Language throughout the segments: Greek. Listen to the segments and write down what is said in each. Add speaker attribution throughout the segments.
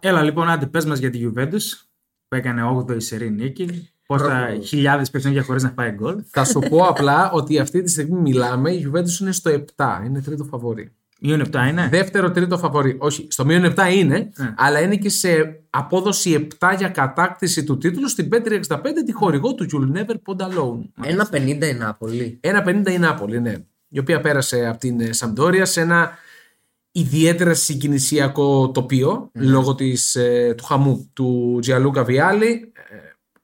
Speaker 1: Έλα λοιπόν, άντε πες μας για τη Juventus που έκανε 8η σερή νίκη. Πώς τα χιλιάδες παιχνίδια χωρίς να πάει γκολ.
Speaker 2: Θα σου πω απλά ότι αυτή τη στιγμή μιλάμε, η Juventus είναι στο 7, είναι τρίτο φαβορή.
Speaker 1: Μείον 7 είναι.
Speaker 2: Δεύτερο, τρίτο φαβορή. Όχι, στο μείον 7 είναι,
Speaker 1: Ναι.
Speaker 2: αλλά είναι και σε απόδοση 7 για κατάκτηση του τίτλου στην Πέτρη 65, τη χορηγό του You'll Never Pond Alone.
Speaker 3: Ένα 50 η Νάπολη.
Speaker 2: 1,50 η Νάπολη, ναι. Η οποία πέρασε από την ε, Σαμπτόρια σε ένα ιδιαίτερα συγκινησιακό τοπίο λόγω της, ε, του χαμού του Τζιαλούκα Βιάλι.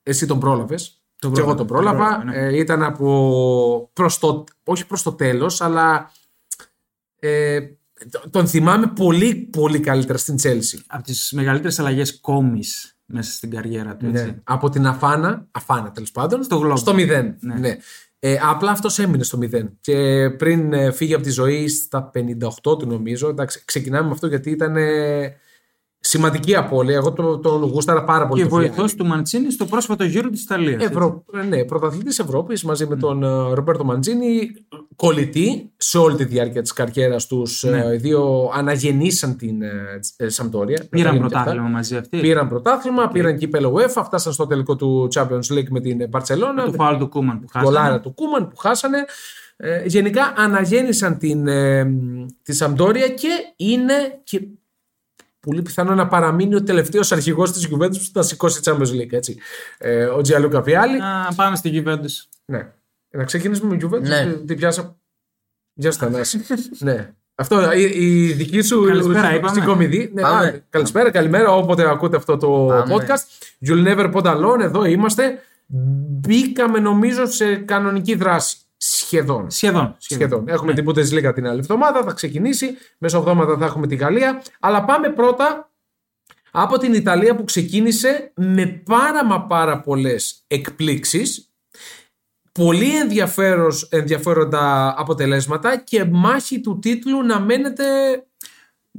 Speaker 2: Ε, εσύ τον πρόλαβες.
Speaker 1: Τον
Speaker 2: και εγώ
Speaker 1: πρόλαβα, τον
Speaker 2: τον πρόλαβα.
Speaker 1: πρόλαβα, ναι.
Speaker 2: Ε, ήταν από. Προς το, όχι προς το τέλος, αλλά. Ε, το- τον θυμάμαι πολύ, πολύ καλύτερα στην Τσέλσι.
Speaker 1: Από τις μεγαλύτερες αλλαγές κόμις μέσα στην καριέρα του. Έτσι.
Speaker 2: Ναι. Από την Αφάνα, Αφάνα τέλος πάντων,
Speaker 1: Στο Globo.
Speaker 2: στο 0.
Speaker 1: Ναι.
Speaker 2: Ναι. Ε, απλά αυτός έμεινε στο 0. Και πριν ε, φύγει από τη ζωή στα 58 του, νομίζω. Εντάξει, ξεκινάμε με αυτό γιατί ήταν ε, σημαντική απώλεια. Εγώ το- τον γούσταρα πάρα πολύ.
Speaker 1: Και
Speaker 2: το Βιάλι.
Speaker 1: βοηθός του Μαντσίνη στο πρόσφατο γύρο της Ιταλίας. έτσι. Ναι.
Speaker 2: Ευρω... Ναι, πρωταθλητής Ευρώπης μαζί με τον ε, Ρομπέρτο Μαντζίνη. Κολλητή σε όλη τη διάρκεια της καριέρας τους.
Speaker 1: Ναι.
Speaker 2: ε, Οι δύο αναγεννήσαν την ε, τσ- ε, Σαmpdoria. Να τα λέμε
Speaker 1: Πήραν
Speaker 2: και αυτά.
Speaker 1: πρωτάθλημα μαζί αυτοί.
Speaker 2: Πήραν πρωτάθλημα, πήραν κύπελο UEFA, φτάσαν στο τελικό του Champions League με την ε, Barcelona,
Speaker 1: Το
Speaker 2: με
Speaker 1: φάουλ του Κούμαν που
Speaker 2: την κολάρα
Speaker 1: χάσανε.
Speaker 2: του Κούμαν που χάσανε. Ε, γενικά αναγέννησαν την, ε, μ, τη Σαμπτόρια και είναι και πολύ πιθανό να παραμείνει ο τελευταίος αρχηγός της Juventus που θα σηκώσει Champions League. Έτσι. Ε, ο Τζιαλούκα Βιάλι.
Speaker 1: Να πάμε στη Juventus.
Speaker 2: Ναι. Να ξεκινήσουμε με Juventus.
Speaker 3: Ναι.
Speaker 2: Την- Την πιάσα. Για στανάση. ναι. Αυτό, η, η δική σου
Speaker 1: Καλησπέρα,
Speaker 2: στην-
Speaker 1: είπαμε.
Speaker 2: στην κομιδή. Ναι,
Speaker 3: Πάμε.
Speaker 2: α, καλησπέρα, καλημέρα, όποτε ακούτε αυτό το
Speaker 3: Πάμε.
Speaker 2: podcast. You'll never put alone, εδώ είμαστε. Μπήκαμε νομίζω σε κανονική δράση. Σχεδόν.
Speaker 1: Σχεδόν. Ναι.
Speaker 2: Σχεδόν. Έχουμε την Bundesliga την άλλη εβδομάδα, θα ξεκινήσει. Μέσα εβδομάδα θα έχουμε τη Γαλλία. Αλλά πάμε πρώτα από την Ιταλία που ξεκίνησε με πάρα μα πάρα πολλές εκπλήξεις. Πολύ ενδιαφέρος, ενδιαφέροντα αποτελέσματα και μάχη του τίτλου να μένετε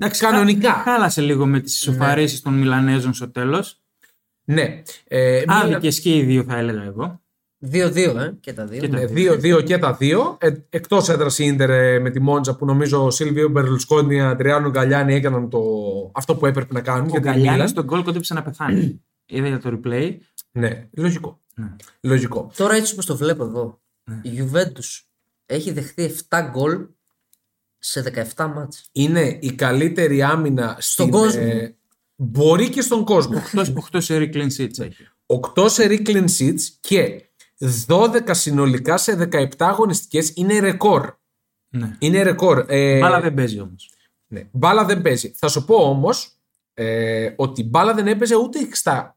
Speaker 1: Εντάξει,
Speaker 2: Κανονικά.
Speaker 1: χά- Χάλασε λίγο με τις ισοφαρίσει των Μιλανέζων στο τέλος.
Speaker 2: ναι. Ε, μίλα-
Speaker 1: Άδικε και οι δύο, θα έλεγα εγώ.
Speaker 3: 2-2, ε, και τα δύο.
Speaker 1: Και τα
Speaker 2: Ναι, δύο, δύο και τα δύο. Ε, Εκτός έδρας η Ίντερ ε, με τη Μόντζα που νομίζω ο Σίλβιο Μπερλουσκόνη, Αντριάνο Γκαλιάνη έκαναν το, αυτό που έπρεπε να κάνουν.
Speaker 1: Ο
Speaker 2: για την
Speaker 1: Γκαλιάνης
Speaker 2: Μίλαν.
Speaker 1: στον γκολ κοντέψε να πεθάνει. Είδα για το replay.
Speaker 2: Ναι, λογικό.
Speaker 1: Ναι.
Speaker 2: Λογικό.
Speaker 3: Τώρα έτσι όπως το βλέπω εδώ, η Juventus έχει δεχτεί 7 γκολ σε 17 μάτς.
Speaker 2: Είναι η καλύτερη άμυνα
Speaker 3: Στον
Speaker 2: στην,
Speaker 3: κόσμο.
Speaker 2: ε, μπορεί και στον κόσμο.
Speaker 1: 8 σερή clean sheets έχει.
Speaker 2: 8 σε clean sheets και 12 συνολικά σε 17 αγωνιστικές είναι ρεκόρ.
Speaker 1: Ναι.
Speaker 2: Είναι ρεκόρ. Ε,
Speaker 1: Αλλά δεν παίζει όμως.
Speaker 2: Ναι. Μπάλα δεν παίζει. Θα σου πω όμως ε, ότι μπάλα δεν έπαιζε ούτε στα.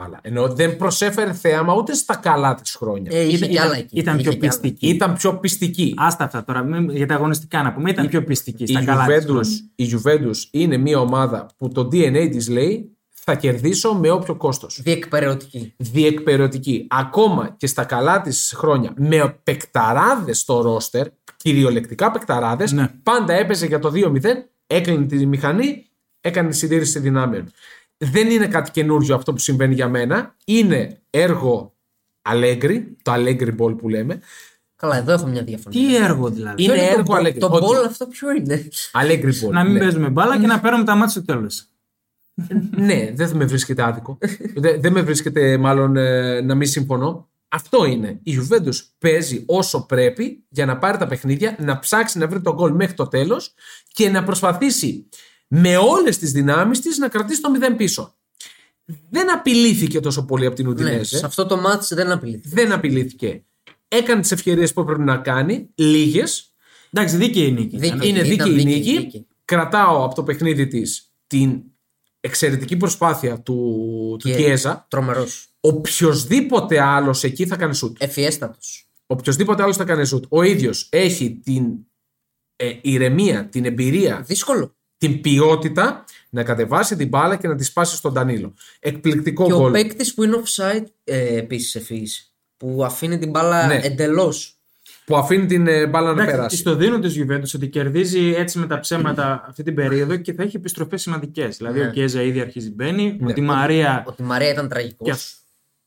Speaker 2: Μπάλα. Ενώ δεν προσέφερε θέαμα ούτε στα καλά της χρόνια.
Speaker 3: Ε, είχε κι άλλα εκεί.
Speaker 1: ήταν
Speaker 3: είχε
Speaker 1: πιο
Speaker 3: κι άλλα.
Speaker 1: πιστική.
Speaker 2: Ήταν πιο πιστική.
Speaker 1: Άστα αυτά τώρα, μην- για τα αγωνιστικά να πούμε. Ήταν πιο πιστική. Στα
Speaker 2: η,
Speaker 1: καλά της
Speaker 2: Juventus,
Speaker 1: χρόνια.
Speaker 2: η Juventus είναι μια ομάδα που το DNA της λέει θα κερδίσω με όποιο κόστος.
Speaker 3: Διεκπαιρεωτική.
Speaker 2: διεκπαιρεωτική ακόμα και στα καλά της χρόνια με παικταράδες στο ρόστερ, κυριολεκτικά παικταράδες,
Speaker 1: Ναι.
Speaker 2: πάντα έπαιζε για το 2-0, έκλεινε τη μηχανή, έκανε τη συντήρηση δυνάμεων. Δεν είναι κάτι καινούριο αυτό που συμβαίνει για μένα. Είναι έργο Αλέγκρι, το Allegri Ball που λέμε.
Speaker 3: Καλά, εδώ έχω μια διαφωνία.
Speaker 1: Τι έργο δηλαδή.
Speaker 2: Είναι
Speaker 3: Ποιο
Speaker 2: έργο
Speaker 3: το-
Speaker 2: Αλέγκρι.
Speaker 3: Το
Speaker 2: Ότι-
Speaker 3: γκολ αυτό ποιο είναι.
Speaker 2: Allegri Ball.
Speaker 1: Να μην
Speaker 2: ναι.
Speaker 1: παίζουμε μπάλα και να παίρνουμε τα μάτια στο τέλος.
Speaker 2: ναι, δεν θα με βρίσκεται άδικο. δεν, δεν με βρίσκεται μάλλον ε, να μην συμφωνώ. Αυτό είναι. Η Juventus παίζει όσο πρέπει για να πάρει τα παιχνίδια, να ψάξει να βρει τον γκολ μέχρι το τέλος και να προσπαθήσει με όλες τις δυνάμεις της να κρατήσει το 0 πίσω. Δεν απειλήθηκε τόσο πολύ από την
Speaker 3: Ναι,
Speaker 1: ε?
Speaker 2: Ουντινέζε.
Speaker 3: σε αυτό το μάτς δεν απειλήθηκε.
Speaker 2: Δεν απειλήθηκε. Έκανε τις ευκαιρίες που έπρεπε να κάνει, λίγες.
Speaker 1: Εντάξει, δίκαιη η νίκη.
Speaker 3: Δίκαιη.
Speaker 1: ήταν.
Speaker 2: Ε, Είναι
Speaker 3: Ήταν
Speaker 2: δίκαιη η
Speaker 3: δίκαιη,
Speaker 2: νίκη.
Speaker 3: δίκαιη.
Speaker 2: Κρατάω από το παιχνίδι της την εξαιρετική προσπάθεια του, του Κιέζα.
Speaker 3: Τρομερός.
Speaker 2: Οποιοδήποτε άλλος εκεί θα κάνει σουτ.
Speaker 3: Εφιέστατος.
Speaker 2: Οποιοδήποτε άλλος θα κάνει σουτ. Ο ίδιος έχει την ε, ηρεμία, την εμπειρία,
Speaker 3: Δύσκολο.
Speaker 2: την ποιότητα να κατεβάσει την μπάλα και να τη σπάσει στον Τανίλο. Εκπληκτικό
Speaker 3: Και ο
Speaker 2: γκολ.
Speaker 3: παίκτης που είναι offside ε, επίσης ευφυή. Που αφήνει την μπάλα
Speaker 2: Ναι.
Speaker 3: εντελώς.
Speaker 2: Που αφήνει την ε, μπάλα να
Speaker 1: Εντάξει,
Speaker 2: περάσει.
Speaker 1: της το δίνω της Γιουβέντους ότι κερδίζει έτσι με τα ψέματα αυτή την περίοδο και θα έχει επιστροφές σημαντικές. Δηλαδή
Speaker 3: Ναι.
Speaker 1: ο Κέζα ήδη αρχίζει μπαίνει,
Speaker 2: Ναι.
Speaker 1: ότι η Μαρία.
Speaker 3: Ότι η Μαρία ήταν τραγικός.
Speaker 1: Και αυτό.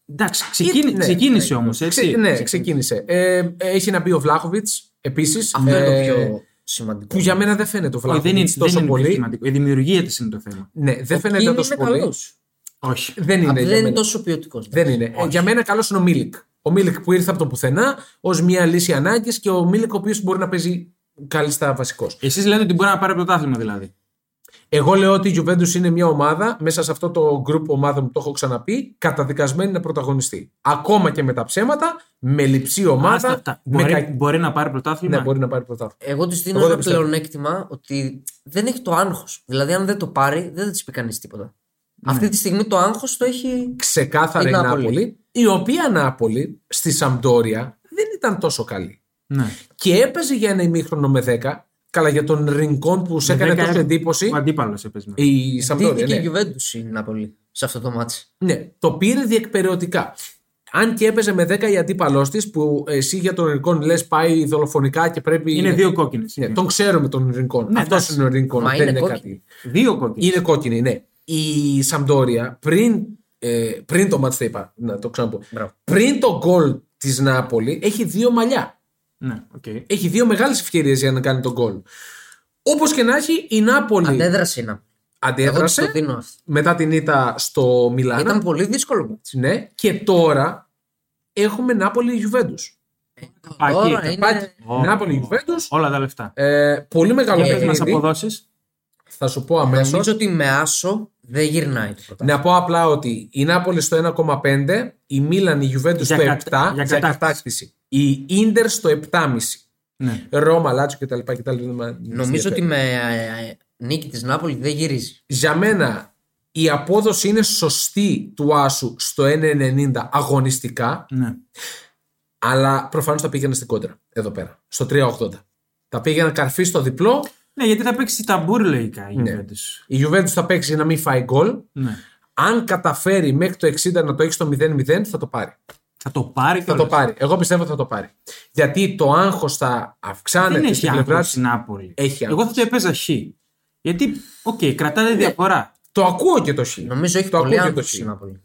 Speaker 1: Εντάξει, ξεκίνη-
Speaker 2: ναι,
Speaker 1: ξεκίνησε όμω,
Speaker 2: Ξε-
Speaker 1: έτσι.
Speaker 2: ναι, ξεκίνησε. Ε, έχει να μπει ο Βλάχοβιτ επίσης.
Speaker 3: Αυτό είναι το πιο. σημαντικό.
Speaker 2: Που για μένα δεν φαίνεται ο
Speaker 1: Όχι, δεν είναι,
Speaker 2: Βλάχοβιτ
Speaker 1: δεν
Speaker 2: τόσο
Speaker 1: είναι πολύ
Speaker 2: πολύ.
Speaker 1: σημαντικό. Ε, Η δημιουργία της είναι το θέμα.
Speaker 2: Ναι, δεν φαίνεται τόσο πολύ.
Speaker 3: καλός.
Speaker 1: Όχι.
Speaker 2: Δεν είναι.
Speaker 3: Απλά
Speaker 2: για
Speaker 3: δεν είναι
Speaker 2: μένα.
Speaker 3: τόσο ναι. ποιοτικός.
Speaker 2: Δεν είναι. Ε, Για μένα καλός είναι ο Μίλικ. Ο Μίλικ που ήρθε από το πουθενά ως μια λύση ανάγκης και ο Μίλικ ο οποίος μπορεί να παίζει κάλλιστα βασικός.
Speaker 1: Εσείς λέτε ότι μπορεί να πάρει πρωτάθλημα δηλαδή.
Speaker 2: Εγώ λέω ότι η Juventus είναι μια ομάδα μέσα σε αυτό το group ομάδων που το έχω ξαναπεί, καταδικασμένη να πρωταγωνιστεί. Ακόμα και με τα ψέματα, με λυψή ομάδα,
Speaker 1: Άστα αυτά.
Speaker 2: με
Speaker 1: Μπορεί,
Speaker 2: κακή.
Speaker 1: μπορεί να πάρει πρωτάθλημα.
Speaker 2: Ναι, μπορεί να πάρει πρωτάθλημα.
Speaker 3: Εγώ της δίνω
Speaker 2: Εγώ δεν
Speaker 3: ένα
Speaker 2: πιστεύω.
Speaker 3: πλεονέκτημα ότι δεν έχει το άγχος. Δηλαδή, αν δεν το πάρει, δεν θα της πει κανείς τίποτα.
Speaker 2: Ναι.
Speaker 3: Αυτή τη στιγμή το άγχος το έχει.
Speaker 2: Ξεκάθαρα η
Speaker 3: Η Νάπολη.
Speaker 2: Νάπολη, η οποία Νάπολη στη Σαμπτόρια δεν ήταν τόσο καλή.
Speaker 1: Ναι.
Speaker 2: Και έπαιζε για ένα ημίχρονο με 10. Καλά, για τον Ρινκόν που σε έκανε
Speaker 1: δέκα
Speaker 2: τόσο
Speaker 1: έπαιζε.
Speaker 2: εντύπωση.
Speaker 1: Ο αντίπαλος έπαιζε.
Speaker 2: Η Σαμπτόρια.
Speaker 3: Δίκη
Speaker 2: ναι.
Speaker 3: και η Γιουβέντους είναι να πολύ σε αυτό το μάτι.
Speaker 2: Ναι, το πήρε διεκπαιρεωτικά. Αν και έπαιζε με 10 η αντίπαλός της, που εσύ για τον Ερικόν λες πάει δολοφονικά και πρέπει.
Speaker 1: Είναι δύο κόκκινες.
Speaker 2: Ναι, τον ξέρουμε τον Ερικόν.
Speaker 1: Ναι,
Speaker 2: Αυτός
Speaker 1: εντάξει.
Speaker 2: είναι ο Ερικόν.
Speaker 3: Μα
Speaker 2: Δεν είναι,
Speaker 3: είναι
Speaker 2: κάτι.
Speaker 3: κόκκινη.
Speaker 1: Δύο κόκκινες.
Speaker 2: Είναι κόκκινη, ναι. Η Σαμπτόρια πριν, ε, πριν το μάτς το είπα, να το ξαναπώ.
Speaker 3: Μπράβο.
Speaker 2: Πριν το γκολ της Νάπολη έχει δύο μαλλιά.
Speaker 1: Ναι, okay.
Speaker 2: Έχει δύο μεγάλες ευκαιρίες για να κάνει τον γκολ. Όπως και να έχει, η Νάπολη
Speaker 3: Αντέδρασε είναι. Εγώ της
Speaker 2: Ε, αντέδρασε
Speaker 3: το δίνω αυτό.
Speaker 2: μετά την ήττα στο Μιλάνο.
Speaker 3: Ήταν πολύ δύσκολο μάτι.
Speaker 2: Ναι, και τώρα έχουμε Νάπολη Juventus.
Speaker 1: Πακί,
Speaker 3: Τώρα είναι.
Speaker 2: Πάτη,
Speaker 1: Ω,
Speaker 2: Νάπολη
Speaker 1: ω,
Speaker 2: Juventus.
Speaker 1: Όλα τα λεφτά.
Speaker 2: Ε, πολύ μεγάλο
Speaker 3: Ε,
Speaker 1: Πες μα
Speaker 2: παιχνίδι.
Speaker 1: αποδόσεις.
Speaker 2: Θα σου πω αμέσως.
Speaker 3: Νομίζω ότι με άσο δεν γυρνάει το πρωτάθλημα.
Speaker 2: Να πω απλά ότι η Νάπολη στο 1,5, η Μίλαν, η Juventus
Speaker 1: Για
Speaker 2: στο 7,
Speaker 1: κα- για
Speaker 2: για,
Speaker 1: κατάκτηση.
Speaker 2: κατάκτηση. Η Ίντερ στο 7,5.
Speaker 1: Ναι.
Speaker 2: Ρώμα, Λάτσο κτλ. κτλ. δεν μας
Speaker 3: Νομίζω
Speaker 2: ενδιαφέρει.
Speaker 3: ότι με ε, ε, νίκη της Νάπολη δεν γυρίζει.
Speaker 2: Για μένα η απόδοση είναι σωστή του Άσου στο 1,90 αγωνιστικά,
Speaker 1: ναι.
Speaker 2: αλλά προφανώς τα πήγαινε στην κόντρα εδώ πέρα, στο 3,80. Τα πήγαινα καρφί στο διπλό,
Speaker 1: ναι, γιατί θα παίξει ταμπούρ λογικά η
Speaker 2: Ναι.
Speaker 1: Juventus.
Speaker 2: Η Juventus θα παίξει να μην φάει γκολ.
Speaker 1: Ναι.
Speaker 2: Αν καταφέρει μέχρι το 60 να το έχει στο 0-0, θα το πάρει.
Speaker 1: Θα το πάρει
Speaker 2: Θα
Speaker 1: κιόλας.
Speaker 2: το πάρει. Εγώ πιστεύω θα το πάρει. Γιατί το άγχος θα
Speaker 1: Δεν
Speaker 2: αυξάνεται
Speaker 1: έχει
Speaker 2: Ναι, στην πλευρά
Speaker 1: άγχος
Speaker 2: τη.
Speaker 1: στην Νάπολη.
Speaker 2: Έχει Ναι.
Speaker 1: Εγώ θα
Speaker 2: άγχος.
Speaker 1: το έπαιζα χ. Γιατί, οκ, κρατάτε διαφορά.
Speaker 2: Το ακούω και το χ.
Speaker 3: Νομίζω έχει
Speaker 2: το
Speaker 3: πολύ
Speaker 2: ακούω και το
Speaker 3: άγχος
Speaker 2: χ.
Speaker 3: η Νάπολη.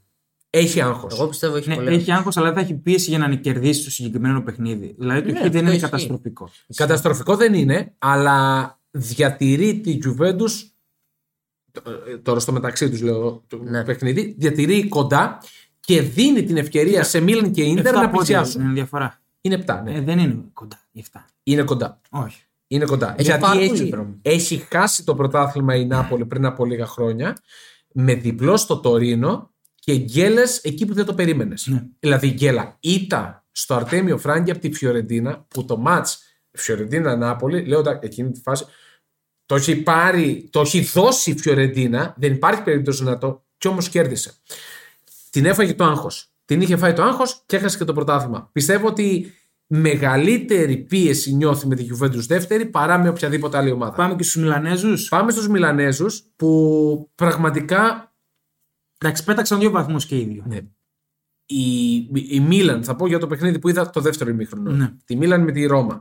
Speaker 2: Έχει άγχο.
Speaker 3: Εγώ πιστεύω έχει
Speaker 1: Ναι,
Speaker 3: πολύ άγχος.
Speaker 1: έχει άγχος, αλλά θα έχει πίεση για να κερδίσει το συγκεκριμένο παιχνίδι. Δηλαδή το
Speaker 3: Ναι,
Speaker 1: χ δεν
Speaker 3: αυτό
Speaker 1: είναι
Speaker 3: ισχύει.
Speaker 1: καταστροφικό.
Speaker 2: Καταστροφικό δεν είναι, αλλά διατηρεί τη Juventus. ε, Τώρα στο μεταξύ τους λέω το
Speaker 3: Ναι.
Speaker 2: παιχνίδι. Διατηρεί κοντά και δίνει την ευκαιρία σε Μίλαν και Ίντερ
Speaker 1: Εφτά
Speaker 2: να
Speaker 1: πόντια
Speaker 2: πλησιάσουν.
Speaker 1: Είναι διαφορά.
Speaker 2: Είναι 7, ναι.
Speaker 1: Ε, δεν είναι κοντά η 7.
Speaker 2: Είναι κοντά.
Speaker 1: Όχι.
Speaker 2: Είναι κοντά.
Speaker 3: Έχει
Speaker 2: Γιατί
Speaker 3: πάρα πολύ
Speaker 2: έχει,
Speaker 3: δρόμο.
Speaker 2: έχει χάσει το πρωτάθλημα η Νάπολη πριν από λίγα χρόνια με διπλό στο Τωρίνο και γκέλες εκεί που δεν το περίμενες.
Speaker 1: Ναι.
Speaker 2: Δηλαδή γκέλα ήττα στο Αρτέμιο Φράγκη από τη Φιωρεντίνα που το ματ Φιωρεντίνα-Νάπολη, λέω τα- εκείνη τη φάση, το έχει, πάρει, το έχει δώσει η Φιωρεντίνα, δεν υπάρχει περίπτωση να το, και όμως κέρδισε. Την έφαγε το άγχος. Την είχε φάει το άγχος και έχασε και το πρωτάθλημα. Πιστεύω ότι μεγαλύτερη πίεση νιώθει με τη Juventus δεύτερη παρά με οποιαδήποτε άλλη ομάδα.
Speaker 1: Πάμε και στους Μιλανέζους.
Speaker 2: Πάμε στους Μιλανέζους που πραγματικά
Speaker 1: Εντάξει, πέταξαν δύο βαθμούς και οι δύο.
Speaker 2: ναι, η, η Μίλαν, θα πω για το παιχνίδι που είδα το δεύτερο ημίχρονο.
Speaker 1: Ναι.
Speaker 2: Τη Μίλαν με τη Ρώμα.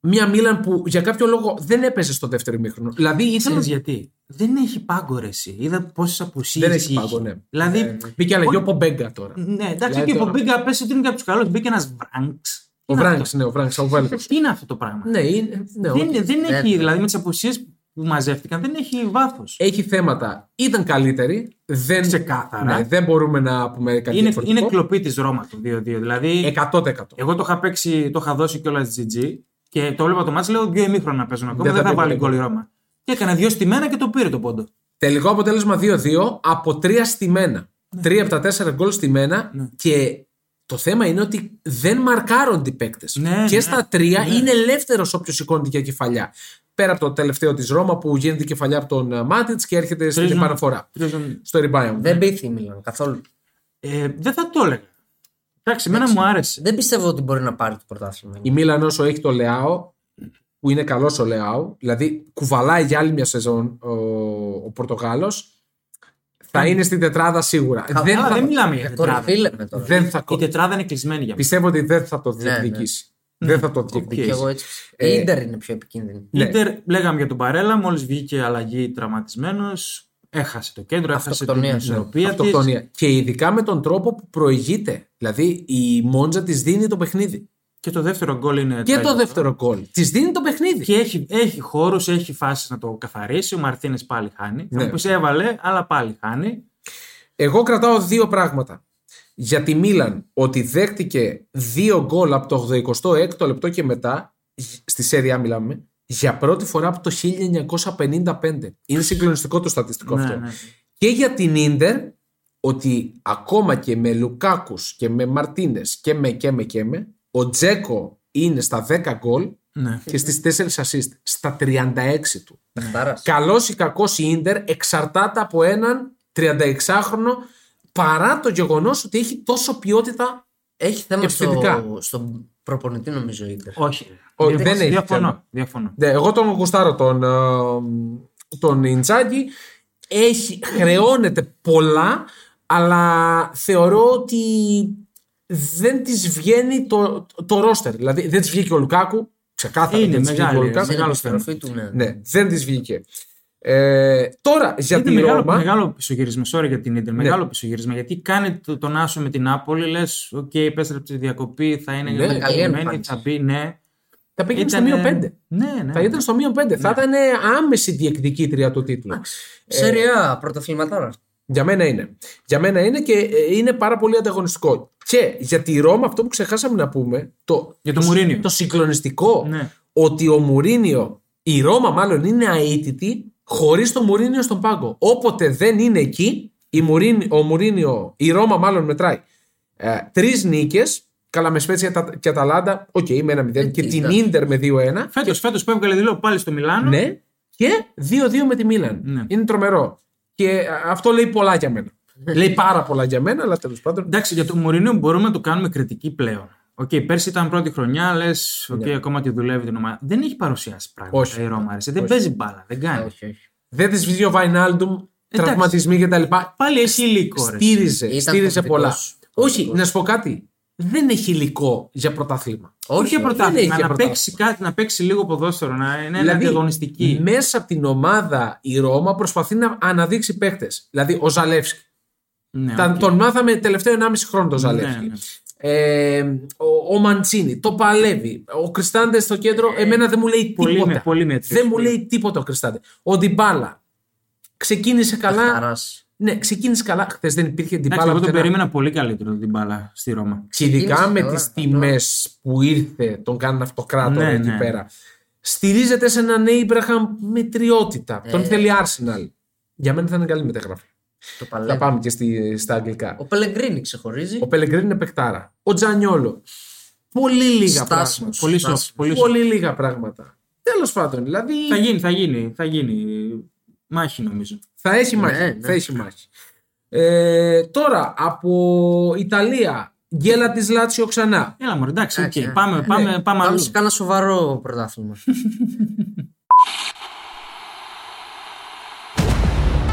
Speaker 2: Μια Μίλαν που για κάποιο λόγο δεν έπεσε στο δεύτερο ημίχρονο. Δηλαδή ήθελε.
Speaker 1: Ξέρεις γιατί. Δεν έχει πάγκο ρε εσύ. Είδα πόσες απουσίες.
Speaker 2: Δεν έχει πάγκο, ναι.
Speaker 1: Δηλαδή.
Speaker 2: Ε, μπήκε αλλαγή ο Πομπέγκα τώρα.
Speaker 1: Ναι, εντάξει,
Speaker 2: Δηλαδή
Speaker 1: και
Speaker 2: τώρα-
Speaker 1: που μπήκα πέσει ότι είναι κάποιος καλός. Μπήκε ένας Βράνξ.
Speaker 2: Ο Βράγκ, ναι, ο Βράγκ, ο Βέλγος.
Speaker 1: Τι είναι αυτό το πράγμα.
Speaker 2: ναι, είναι, ναι, Ε,
Speaker 1: δεν,
Speaker 2: οκ.
Speaker 1: δεν
Speaker 3: Ναι.
Speaker 1: έχει, δηλαδή με τις απουσίες που μαζεύτηκαν, δεν έχει βάθος.
Speaker 2: Έχει θέματα. Ήταν καλύτερη. Δεν,
Speaker 1: Ξεκάθαρα.
Speaker 2: Ναι, δεν μπορούμε να πούμε κάτι
Speaker 1: Είναι,
Speaker 2: διαφορετικό. Ε,
Speaker 1: είναι κλοπή της Ρώμα το 2-2. Δηλαδή,
Speaker 2: 100%.
Speaker 1: εγώ το είχα παίξει, το είχα δώσει κιόλας GG και το βλέπα το μάτς, λέω δύο ημίχρονα παίζουν ακόμα,
Speaker 2: Δεν
Speaker 1: δεν,
Speaker 2: θα
Speaker 1: θα
Speaker 2: μπει
Speaker 1: βάλει
Speaker 2: ποτέ
Speaker 1: γκολ η Ρώμα. Και έκανε δύο στημένα και το πήρε το πόντο.
Speaker 2: Τελικό αποτέλεσμα 2-2 από τρία στημένα. Τρία από τα τέσσερα γκολ στημένα
Speaker 1: Ναι.
Speaker 2: και το θέμα είναι ότι δεν μαρκάρονται οι παίκτες.
Speaker 1: Ναι,
Speaker 2: και
Speaker 1: ναι,
Speaker 2: στα τρία
Speaker 1: ναι.
Speaker 2: είναι ελεύθερος όποιος σηκώνεται για κεφαλιά. Πέρα από το τελευταίο της Ρώμα που γίνεται κεφαλιά από τον Μάτιτ και έρχεται στην
Speaker 1: Τρίζουν.
Speaker 2: επαναφορά. Στο rebound.
Speaker 3: Δεν πείθει η Μίλαν καθόλου.
Speaker 1: Ε, δεν θα το έλεγα. Εντάξει, εμένα μου άρεσε.
Speaker 3: Δεν πιστεύω ότι μπορεί να πάρει το πρωτάθλημα.
Speaker 2: Η Μίλαν όσο έχει το Λεάο, που είναι καλός ο Λεάο, δηλαδή κουβαλάει για άλλη μια σεζόν ο, ο Πορτογάλος, θα είναι στην τετράδα σίγουρα. δεν,
Speaker 1: Αλλά
Speaker 2: θα,
Speaker 1: δεν μιλάμε για τετράδα.
Speaker 3: Κορυφή λέμε Ε, τώρα.
Speaker 2: ε, δεν θα
Speaker 1: Η
Speaker 2: κο-
Speaker 1: τετράδα είναι κλεισμένη για μένα.
Speaker 2: Πιστεύω ότι δεν θα το
Speaker 3: ναι.
Speaker 2: διεκδικήσει. Δεν θα το διεκδικήσει.
Speaker 3: Και εγώ έτσι.
Speaker 2: Ε,
Speaker 3: Η Ίντερ είναι πιο επικίνδυνη.
Speaker 2: Ναι.
Speaker 1: Ιντερ, λέγαμε για τον Παρέλα, μόλις βγήκε αλλαγή τραυματισμένος, έχασε το κέντρο, έχασε την
Speaker 3: Αυτοκτονία, ναι.
Speaker 1: ισορροπία της.
Speaker 2: Αυτοκτονία. Και ειδικά με τον τρόπο που προηγείται. Δηλαδή η Μόντζα της δίνει το παιχνίδι.
Speaker 1: Και το δεύτερο γκολ είναι.
Speaker 2: Και το
Speaker 1: τραγικό.
Speaker 2: δεύτερο γκολ. Της δίνει το παιχνίδι.
Speaker 1: Και έχει, έχει χώρους, έχει φάσεις να το καθαρίσει. Ο Μαρτίνες πάλι χάνει.
Speaker 2: Ναι.
Speaker 1: Θα μου πει έβαλε, αλλά πάλι χάνει.
Speaker 2: Εγώ κρατάω δύο πράγματα. Για τη Μίλαν, ότι δέχτηκε δύο γκολ από το 86ο λεπτό και μετά, στη Σέρια μιλάμε, για πρώτη φορά από το 1955. Είναι συγκλονιστικό το στατιστικό
Speaker 1: Ναι,
Speaker 2: αυτό.
Speaker 1: ναι.
Speaker 2: Και για την ντερ, ότι ακόμα και με Λουκάκους και με Μαρτίνες και με και με και με, ο Τζέκο είναι στα 10 γκολ
Speaker 1: ναι.
Speaker 2: και στις 4 assist, στα 36 του.
Speaker 3: Παιχτάρας.
Speaker 2: Καλός ή κακός η Ίντερ εξαρτάται από έναν 36χρονο παρά το γεγονός ότι έχει τόσο ποιότητα.
Speaker 3: Έχει θέμα στο,
Speaker 2: Επιθετικά.
Speaker 3: στον προπονητή, νομίζω. η Ίντερ.
Speaker 1: Όχι.
Speaker 2: Όχι,
Speaker 1: Διαφ-
Speaker 2: δεν έχει θέμα.
Speaker 1: Διαφωνώ. διαφωνώ.
Speaker 2: Ναι, εγώ τον γουστάρω τον, ε, τον Ιντζάκη. Έχει, χρεώνεται πολλά, αλλά θεωρώ ότι δεν της βγαίνει το, το ρόστερ. Δηλαδή δεν της βγήκε ο Λουκάκου. Ξεκάθαρα
Speaker 1: Είναι
Speaker 2: δεν της βγήκε ο
Speaker 1: μεγάλη,
Speaker 2: Λουκάκου.
Speaker 1: είναι
Speaker 3: μεγάλος
Speaker 1: μεγάλο
Speaker 3: στροφή του, ναι.
Speaker 2: Ναι, δεν της βγήκε. Ε, τώρα για
Speaker 1: Είναι
Speaker 2: τη
Speaker 1: μεγάλο,
Speaker 2: Ρώμα. Ναι.
Speaker 1: μεγάλο πισωγύρισμα. Sorry για την Ιντερ. Μεγάλο πισωγύρισμα. Γιατί κάνει το, τον Άσο με την Νάπολη, λες, οκ, επέστρεψε τη διακοπή, θα είναι
Speaker 2: Ναι,
Speaker 1: καλυμμένη,
Speaker 3: καλή εμφάνιση.
Speaker 1: θα μπει, ναι.
Speaker 2: Θα πήγαινε στο
Speaker 1: Ήτανε-
Speaker 2: μείον 5.
Speaker 1: Ναι, ναι.
Speaker 2: Θα ήταν στο μείον 5. Θα ήταν άμεση διεκδικήτρια του τίτλου.
Speaker 3: Σεριά, πρωταθληματάρα.
Speaker 2: Για μένα είναι. Για μένα είναι και ε, είναι πάρα πολύ ανταγωνιστικό. Και για τη Ρώμα, αυτό που ξεχάσαμε να πούμε. Το,
Speaker 1: Για το Μουρίνιο.
Speaker 2: το συγκλονιστικό
Speaker 1: Ναι.
Speaker 2: ότι ο Μουρίνιο, η Ρώμα μάλλον είναι αίτητη χωρίς το Μουρίνιο στον πάγκο. Όποτε δεν είναι εκεί, η, Μουρίνι- ο Μουρίνιο, η Ρώμα μάλλον μετράει. Ε, Τρεις νίκες, καλά με Σπέτσια τα- και Αταλάντα, οκ, με ένα
Speaker 1: Ε,
Speaker 2: 0 και την
Speaker 3: εντάξει.
Speaker 2: ντερ με 2-1.
Speaker 1: Φέτο φέτος που έβγαλε δηλώ πάλι στο Μιλάνο.
Speaker 2: Ναι. Και 2-2 με τη Μίλαν.
Speaker 1: Ναι.
Speaker 2: Είναι τρομερό. Και α, αυτό λέει πολλά για μένα.
Speaker 1: Ε.
Speaker 2: λέει πάρα πολλά για μένα, αλλά τέλος πάντων.
Speaker 1: Εντάξει, για το Μουρίνιο μπορούμε να το κάνουμε κριτική πλέον. Οκ, πέρσι ήταν πρώτη χρονιά, λες, οκ, ακόμα τη δουλεύει την ομάδα. Δεν έχει παρουσιάσει πράγματα
Speaker 2: Ναι. Όχι.
Speaker 1: η Ρώμα. αρέσει. Δεν παίζει μπάλα, δεν
Speaker 2: Ναι.
Speaker 1: κάνει.
Speaker 3: Όχι, όχι.
Speaker 2: Δεν της βγήκε ο Βαϊνάλντουμ,
Speaker 1: Εντάξει.
Speaker 2: τραυματισμοί κτλ.
Speaker 1: Πάλι έχει υλικό. ρε.
Speaker 2: Στήριζε,
Speaker 3: Ήταν
Speaker 2: στήριζε
Speaker 3: κομβικός.
Speaker 2: πολλά. Όχι,
Speaker 3: Κομβικός.
Speaker 2: να σου πω κάτι. Δεν έχει υλικό για πρωτάθλημα.
Speaker 1: Όχι για
Speaker 2: δεν έχει
Speaker 1: πρωτάθλημα,
Speaker 2: για
Speaker 1: να
Speaker 2: πρωτάθλημα.
Speaker 1: παίξει κάτι, να παίξει λίγο ποδόσφαιρο, να είναι δηλαδή, ανταγωνιστική.
Speaker 2: μέσα από την ομάδα η Ρώμα προσπαθεί να αναδείξει παίκτες. Δηλαδή, ο Ζαλεύσκι.
Speaker 1: Ναι,
Speaker 2: Τα-
Speaker 1: οκ.
Speaker 2: Τον μάθαμε τελευταίο 1,5 χρόνο τον Ζαλεύσκι.
Speaker 1: Ναι, ναι.
Speaker 2: Ε, ο, ο Μαντσίνη το παλεύει. Ο Κριστάντε στο κέντρο, εμένα δεν μου λέει
Speaker 1: Ε, πολύ
Speaker 2: τίποτα.
Speaker 1: με- πολύ μέτριος.
Speaker 2: δεν μου λέει τίποτα ο Κριστάντε. Ο Ντιμπάλα ξεκίνησε καλά.
Speaker 3: Παιχτάρας.
Speaker 2: Ναι, ξεκίνησε καλά. Χθες δεν υπήρχε
Speaker 1: Εντάξει,
Speaker 2: Ντιμπάλα.
Speaker 1: εγώ τον
Speaker 2: πουθενά.
Speaker 1: περίμενα πολύ καλύτερο την μπάλα στη Ρώμα.
Speaker 2: Και ειδικά
Speaker 3: Ξεκίνησε
Speaker 2: με
Speaker 3: καλά,
Speaker 2: τι
Speaker 3: καλά.
Speaker 2: τιμές που ήρθε, τον κάνουν αυτοκράτορα
Speaker 1: Ναι,
Speaker 2: εκεί
Speaker 1: ναι.
Speaker 2: πέρα. Στηρίζεται σε έναν Έιμπραχαμ μετριότητα. Τον
Speaker 3: Ε.
Speaker 2: θέλει Arsenal. Για μένα θα είναι καλή μεταγραφή.
Speaker 3: Το
Speaker 2: Θα
Speaker 3: παλεύω.
Speaker 2: πάμε και στη, στα αγγλικά.
Speaker 3: Ο Πελεγκρίνη ξεχωρίζει.
Speaker 2: Ο Πελεγκρίν είναι παιχτάρα. Ο Τζανιόλο. Πολύ λίγα πράγματα.
Speaker 3: Στάσιμος.
Speaker 1: Πολύ
Speaker 3: Να
Speaker 1: soft.
Speaker 3: σου
Speaker 1: Πολύ soft.
Speaker 2: Πολύ λίγα πράγματα. Τέλος πάντων, δηλαδή
Speaker 1: Θα
Speaker 2: θα,
Speaker 1: γίνει, θα γίνει, θα γίνει. Μάχη νομίζω.
Speaker 2: έχει μάχη.
Speaker 3: Ναι, ναι.
Speaker 2: Θα έχει μάχη. Ε, τώρα από Ιταλία, γκέλα της Λάτσιο ξανά.
Speaker 1: Έλα μωρέ, εντάξει,
Speaker 3: Εντάξει,
Speaker 1: οκ,
Speaker 3: ναι.
Speaker 1: πάμε,
Speaker 2: Ε,
Speaker 1: πάμε, πάμε
Speaker 3: Πάμε
Speaker 1: αλλού.
Speaker 3: σε κάνα σοβαρό πρωτάθλημα.